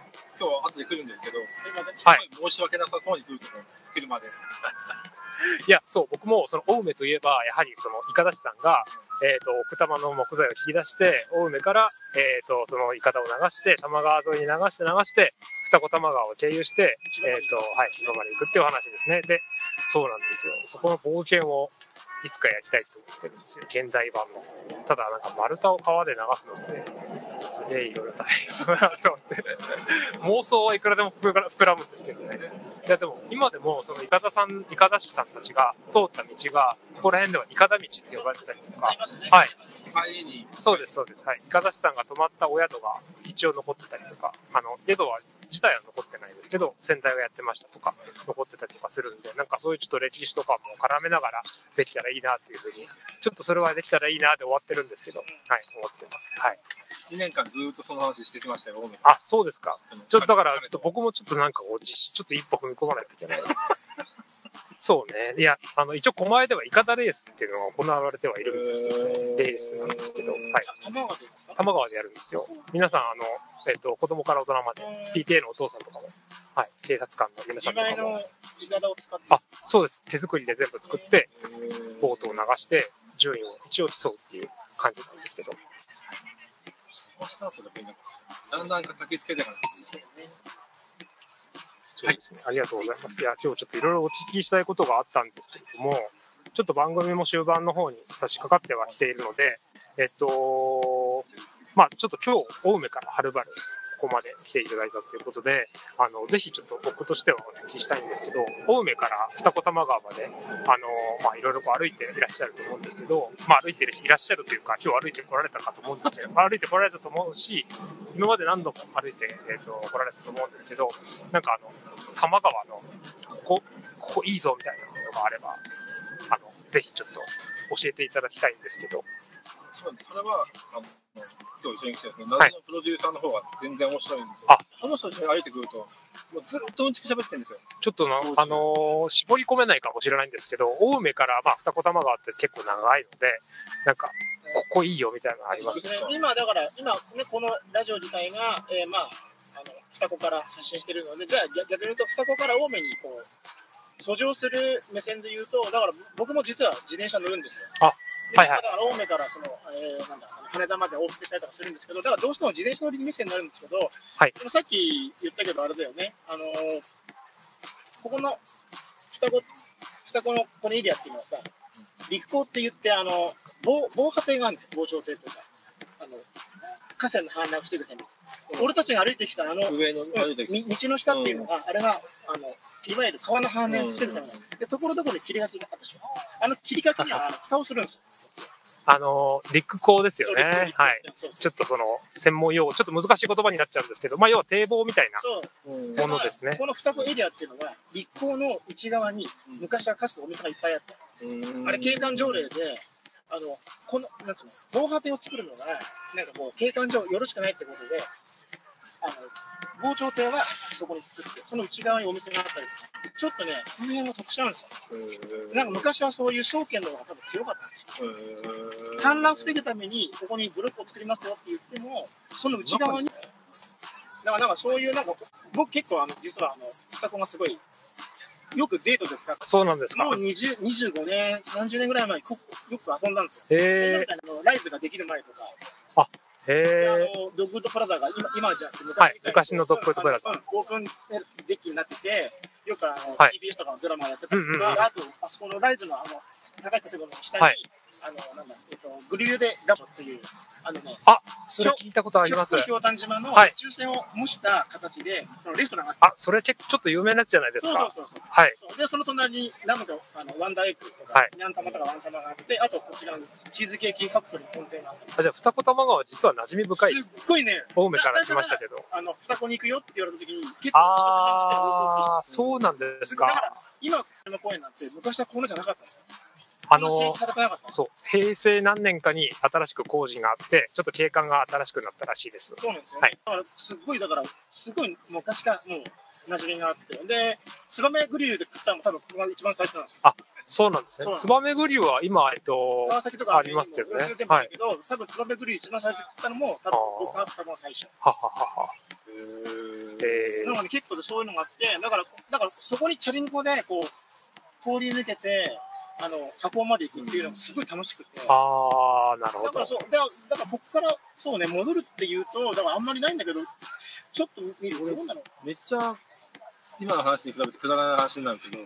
Speaker 2: 今日は後で来るんですけど、すいません
Speaker 3: はい
Speaker 2: すごい申し訳なさそうに来るけど、来るまで。
Speaker 3: いや、そう、僕も、その、青梅といえば、やはり、その、いかだしさんが、えっ、と、奥多摩の木材を引き出して、青梅から、えっ、と、その、いかだを流して、多摩川沿いに流して流して、二子玉川を経由して、えっ、と、はい、広場まで行くっていうお話ですね。で、そうなんですよ。そこの冒険を、いつかやりたいと思ってるんですよ。現代版の。ただ、なんか、丸太を川で流すのって、すげえいろいろ大変そうだなと思って。妄想はいくらでも膨ら膨らむんですけどね。いやでも今でもそのイカダさん、イカダ師さんたちが通った道が、ここら辺ではイカダ道って呼ばれてたりと
Speaker 4: あ
Speaker 3: か
Speaker 4: り、ますね
Speaker 3: はい、
Speaker 2: 帰りに、
Speaker 3: そうです、そうです。はい。イカダ師さんが泊まったお宿が一応残ってたりとか、あの、宿は自体は残ってないですけど、先代がやってましたとか、残ってたりとかするんで、なんかそういうちょっと歴史とかも絡めながらできたらいいなっていうふうに、ちょっとそれはできたらいいなで終わってるんですけど、はい、思ってます。はい。
Speaker 2: 1年間ずーっとその話してきましたよ、青梅
Speaker 3: あ、そうですか。ちょっとだから、ちょっと
Speaker 2: 僕
Speaker 3: 僕もちょっとなんかこう、ちょっと一歩踏み込まないといけない。そうね。いや、あの、一応、狛江ではイカダレースっていうのが行われてはいるんですよね。レースなんですけど、はい。
Speaker 4: 玉川でですか
Speaker 3: 多摩川でやるんですよ。皆さん、あの、えっ、と、子供から大人まで、PTA のお父さんとかも、はい、警察官の皆さ
Speaker 4: 自
Speaker 3: んとか
Speaker 4: 前の
Speaker 3: も、
Speaker 4: いかだを使って
Speaker 3: あ、そうです。手作りで全部作って、ボートを流して、順位を一応競うっていう感じなんですけど。
Speaker 2: スタートだけになってだんだん駆けつけてから
Speaker 3: そうですね。ありがとうございます。いや、今日ちょっといろいろお聞きしたいことがあったんですけれども、ちょっと番組も終盤の方に差し掛かってはきているので、えっと、まあちょっと今日、青梅からはるばる、ここまで来ていただいたということで、あの、ぜひちょっと僕としてはお聞きしたいんですけど、青梅から二子玉川まで、あの、まあいろいろこう歩いていらっしゃると思うんですけど、まあ歩いていらっしゃるというか、今日歩いて来られたかと思うんですけど、歩いて来られたと思うし、今まで何度も歩いて、えっと、来られたと思うんですけど、なんかあの、多摩川のここここいいぞみたいなのがあればあの、ぜひちょっと教えていただきたいんですけど。
Speaker 2: そうですそれは、あの、今日一緒に来てる謎
Speaker 3: はい
Speaker 2: のプロデューサーの方が全然面白いんですよ。
Speaker 3: あ
Speaker 2: この人一緒に歩いてくると、もうずっとうんちく喋ってるんですよ。
Speaker 3: ちょっとな
Speaker 2: そうですね
Speaker 3: あのー絞り込めないかもしれないんですけど、青梅から、まあ、二子玉川って結構長いので、なんか、ここいいよみたいなのあります
Speaker 4: そうですね今だから今ねこのラジオ自体が、えーまああの双子から発信してるのでじゃあ逆逆に言うと双子から多めにこう遡上する目線で言うとだから僕も実は自転車乗るんですよ。
Speaker 3: あ
Speaker 4: で
Speaker 3: はいはい
Speaker 4: だから青梅からその、えーなんだあの羽田まで往復したりとかするんですけどだからどうしても自転車乗り目線になるんですけど、
Speaker 3: はい
Speaker 4: でもさっき言ったけどあれだよねあのーここの双子双子のこのエリアっていうのはさ立候って言ってあの防防波堤があるんですよ防潮堤とかあの河川の氾濫してる辺に俺たちが歩いてきたあの、うん
Speaker 2: 上の歩いてくる。
Speaker 4: み道の下っていうのが、あれがあのいわゆる川の氾濫してる辺なんですでところどころに切り欠きがあったでしょあの切り欠きにはあの蓋をするんです
Speaker 3: あのー陸港です
Speaker 4: よ
Speaker 3: よね。はい。
Speaker 4: そうそう
Speaker 3: ちょっとその、専門用語、ちょっと難しい言葉になっちゃうんですけど、まあ、要は堤防みたいな
Speaker 4: そう
Speaker 2: うん
Speaker 3: ものですね。
Speaker 4: この双子エリアっていうのは立港の内側に昔はかつてお店がいっぱいあった
Speaker 2: うん
Speaker 4: あれ景観条例で、あの、この、なんつうの、防波堤を作るのが、なんかもう景観上よろしくないってことで、あの、防潮堤はそこに作って、その内側にお店があったりとか、ちょっとね、この辺が特殊なんですよ。
Speaker 2: うん
Speaker 4: なんか昔はそういう証券の方が多分強かったんですよ。
Speaker 2: うん
Speaker 4: 氾濫防ぐために、ここにブロックを作りますよって言っても、その内側に、なんかなんかそういう、なんか僕結構あの、実はあの、双子がすごい、よくデートで使っ
Speaker 3: そうなんです
Speaker 4: て、
Speaker 3: か
Speaker 4: も。う20 25年、30年ぐらい前にこよく遊んだんですよ。
Speaker 3: へえ
Speaker 4: あのライブができる前とか、
Speaker 3: ー、へ
Speaker 4: あのドッグフードプラザが今今じゃなくて昔,、
Speaker 3: はい昔のドッグフードプラザ
Speaker 4: うん、オープンデッキになってて、よくあの、
Speaker 3: はい
Speaker 4: TBS とかのドラマやってたりとか、
Speaker 3: うんうんうん
Speaker 4: あと、あそこのライズのあの高い建物の下に、
Speaker 3: はい
Speaker 4: あのなんだえっと、グリューデガボっていう、あのね、
Speaker 3: ー、それ聞いたことあります。
Speaker 4: ひょうたん島の
Speaker 3: はい
Speaker 4: 抽選を模した形で、そのレストランがあって
Speaker 3: あ、それ結構ちょっと有名なやつじゃないです
Speaker 4: そうそう
Speaker 3: か。
Speaker 4: そうそう。
Speaker 3: はい。
Speaker 4: そうで、その隣にラムとあのワンダーエッグと
Speaker 3: は
Speaker 4: か
Speaker 3: い、
Speaker 4: ニャン玉とかワン玉があって、あとこっち側にチーズケーキファクトリー本店があって、
Speaker 3: あじゃあ、二子玉川は実は馴染み深い。
Speaker 4: すっごいね、
Speaker 3: 青梅から来ましたけど。
Speaker 4: あの、双子に行くよって言われた時に、結構、
Speaker 3: あー、
Speaker 4: う
Speaker 3: そうなんです
Speaker 4: だか
Speaker 3: か。
Speaker 4: ら、今この公園なんて、昔はこんなじゃなかったんですよ。
Speaker 3: あ
Speaker 4: こんな整
Speaker 3: の
Speaker 4: 地、されてなかったんです
Speaker 3: そう、平成何年かに新しく工事があって、ちょっと景観が新しくなったらしいです。
Speaker 4: そうなんですよ、
Speaker 3: はい
Speaker 4: だから、すごい、だから、すごい昔からもう、馴染みがあって。で、ツバメグリルで食ったのも多分、ここが一番最初なんですよ。
Speaker 3: そうなんです
Speaker 4: そう
Speaker 3: ね。
Speaker 4: なんです
Speaker 3: ツバメグリュは今、えっと、
Speaker 4: 川崎とか
Speaker 3: ありますけどね
Speaker 4: もう忘れてもいいけど、多分、ツバメグリル一番最初に食ったのも、多分、僕が多分最初。
Speaker 3: はははは。え
Speaker 4: なので結構そういうのがあって、だから、だからそこにチャリンコで、こう、通り抜けて、あの、河口まで行くっていうのもすごい楽しくて。
Speaker 3: ー、あー、なるほ
Speaker 4: だから
Speaker 3: ど。
Speaker 4: そう、だから、だからここから、そうね、戻るっていうと、だからあんまりないんだけど、ちょっと見る、俺、どうなの
Speaker 2: めっちゃ、今の話に比べてくだらない話になるけど、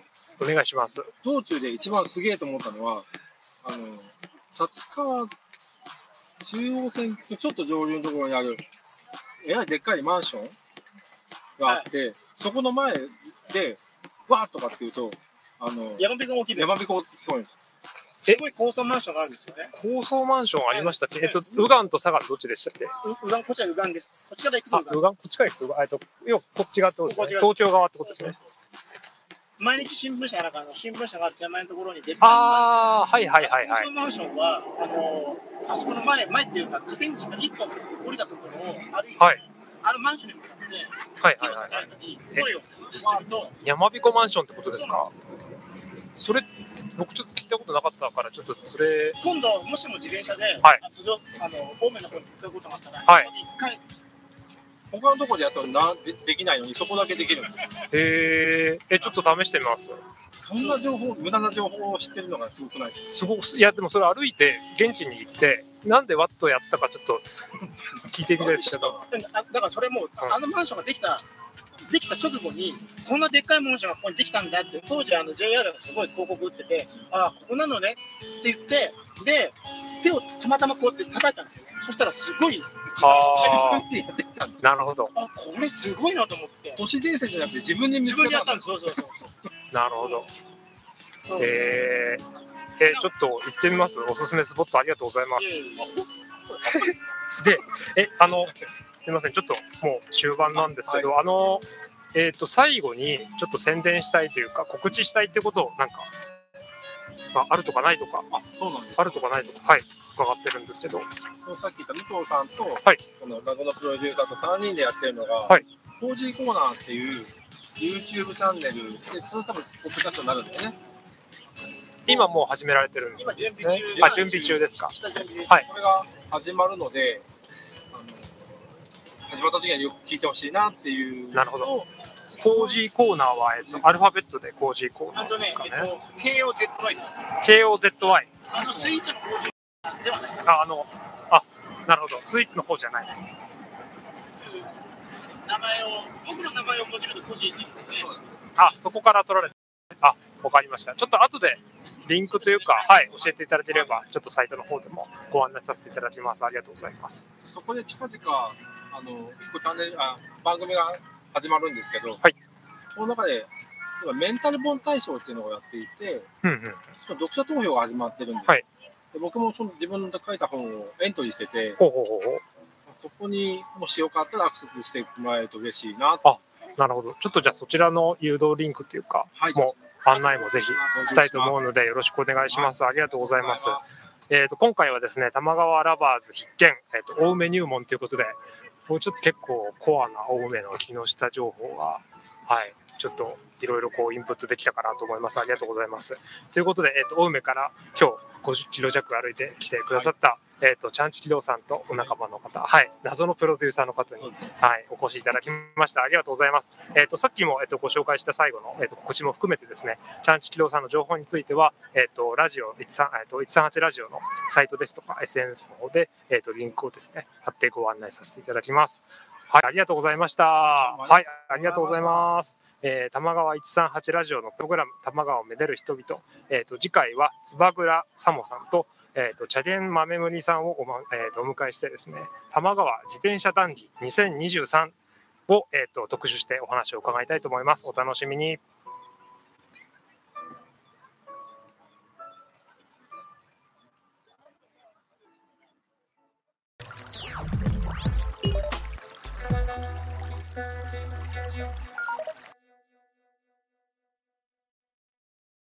Speaker 3: お願いします。
Speaker 2: 道中で一番すげえと思ったのは、あの、立川中央線とちょっと上流のところにある、えらいでっかいマンションがあって、そこの前で、わーっとかって言うと、あの、
Speaker 4: 山辺が大きいです
Speaker 2: 山。彦って聞こえるんです
Speaker 4: すごい高層マンションがあるんですよね。
Speaker 3: 高層マンションありましたっけえっと、ウガンとサガンどっちでしたっけ
Speaker 4: ううがん、こっちはうがんです。こっちから行くと
Speaker 3: あ
Speaker 4: う、がん
Speaker 3: ウガン、こっちから行くと、えっと、要はこっち側ってことですね。
Speaker 4: こっ
Speaker 3: 東京側ってこ
Speaker 4: そう
Speaker 3: とです
Speaker 4: そう
Speaker 3: ね。
Speaker 4: そう毎日新聞社なんかあの新聞社がある手前のところにでっか
Speaker 3: あー、はい
Speaker 4: い
Speaker 3: はいはいはい。
Speaker 4: マンションは、あのーあそこの前、前っていうか、河川敷から一本降りたところを歩いて、
Speaker 3: はい
Speaker 4: あのマンションに向かって、
Speaker 3: はい
Speaker 4: 手
Speaker 3: は
Speaker 4: を
Speaker 3: いはい。
Speaker 4: 叩いたり、声を発すると、
Speaker 3: 山彦マンションってことですかそれ、僕ちょっと聞いたことなかったから、ちょっとそれ、
Speaker 4: 今度もしも自転車で、
Speaker 3: はい
Speaker 4: 地上あの方面の方に行くことがあったら、
Speaker 3: はい
Speaker 4: 一回
Speaker 2: 他のところでやったらなでできないのに、そこだけできるんですよ
Speaker 3: えー、え、ちょっと試してみます。
Speaker 2: そんな情報、無駄な情報を知ってるのがすごくないですか
Speaker 3: すごいやでもそれ歩いて現地に行ってなんでワットやったかちょっと聞いてみたいですけど
Speaker 4: あだからそれも、あのマンションができたできた直後にこんなでっかいマンションがここにできたんだって当時あの JR がすごい広告打っててああここなのねって言ってで手をたまたまこうやって叩いたんですよねそしたらすごい
Speaker 3: あ
Speaker 2: 自分で やってきたんで
Speaker 3: ー なるほど
Speaker 4: あこれすごいなと思って
Speaker 2: 都市伝説じゃなくて自分で見
Speaker 4: 自
Speaker 2: つけ
Speaker 4: 分でやった
Speaker 2: た
Speaker 4: んですそうそうそう
Speaker 3: なるほど
Speaker 4: そう
Speaker 3: えー、えちょっと行ってみますおすすめスポットありがとうございま
Speaker 4: い
Speaker 3: す
Speaker 4: やいやいや
Speaker 3: すげええあのすいませんちょっともう終盤なんですけどあ,、のえっ、と最後にちょっと宣伝したいというか告知したいってことをなんかまあ、あるとかないとか、
Speaker 2: あ、そうなんです
Speaker 3: あるとかないとか、はい、伺ってるんですけど、
Speaker 2: さっき言った武藤さんと、
Speaker 3: はい
Speaker 2: この孫のプロデューサーと3人でやってるのが、
Speaker 3: はい
Speaker 2: 4G コーナーっていう YouTube チャンネルで、その多分、ポッドキャストになるんだよね。
Speaker 3: 今もう始められてるん
Speaker 4: 今
Speaker 3: で
Speaker 4: 準
Speaker 3: すね。
Speaker 4: 備中
Speaker 3: あ、準備中ですか。
Speaker 4: 下準備
Speaker 3: はい
Speaker 2: これが始まるので、あの始まった時にはよく聞いてほしいなっていう。
Speaker 3: なるほど。コージーコーナーは、えっと、アルファベットでコージーコー
Speaker 4: あ
Speaker 3: ナ
Speaker 4: と
Speaker 3: ー
Speaker 4: ね
Speaker 3: で、すか
Speaker 4: え
Speaker 3: ね
Speaker 4: っ。と、KOZY です。
Speaker 3: KOZY。
Speaker 4: あの、スイーツの工事ではない。
Speaker 3: あ、あの、あ、なるほど。スイーツの方じゃない。
Speaker 4: 名前を、僕の名前をもじると個人になるので、
Speaker 3: あ、そこから取られて。あ、わかりました。ちょっと後で、リンクというか、はい、教えていただければ、ちょっとサイトの方でもご案内させていただきます。ありがとうございます。
Speaker 2: そこで近々、あの、一個チャンネル、あ、番組が始まるんですけど、
Speaker 3: はい
Speaker 2: その中で、今メンタル本大賞っていうのをやっていて、
Speaker 3: うんうん。
Speaker 2: その読者投票が始まってるんです。
Speaker 3: はい
Speaker 2: で僕もその自分の書いた本をエントリーしてて、
Speaker 3: ほうほうほうほう。
Speaker 2: そこにもしよかったらアクセスしてもらえると嬉しいな。
Speaker 3: なるほど。ちょっとじゃあそちらの誘導リンクというか、
Speaker 2: はい、
Speaker 3: もう案内もぜひしたいと思
Speaker 2: う。
Speaker 3: うので、よろしくお願いします。ありがとうございます。えっ、と、今回はですね、玉川ラバーズ必見、えっ、と、青梅入門ということで、もうちょっと結構コアな青梅の木下情報が、はい、ちょっといろいろこうインプットできたかなと思います。ありがとうございます。ということで、えっ、と、青梅から今日50キロ弱歩いてきてくださった、えっ、と、ちゃんちきろうさんとお仲間の方、はい、謎のプロデューサーの方に
Speaker 2: そうですね。
Speaker 3: はい、お越しいただきました。ありがとうございます。えっ、と、さっきも、えっ、と、ご紹介した最後の、えっ、と、告知も含めてですね、ちゃんちきろうさんの情報については、えっ、と、ラジオ、138、えっと138ラジオのサイトですとか、SNS の方で、えっ、と、リンクをですね、貼ってご案内させていただきます。はい、ありがとうございました。はい、ありがとうございます。えー、玉川138ラジオのプログラム、玉川をめでる人々、えっ、と、次回は、つばぐらさもさんと、えっ、と、茶源豆むりさんをお,、まえー、とお迎えしてですね、玉川自転車談義2023を、えー、と特集してお話を伺いたいと思います。お楽しみに。
Speaker 1: 玉川一三人ラジオ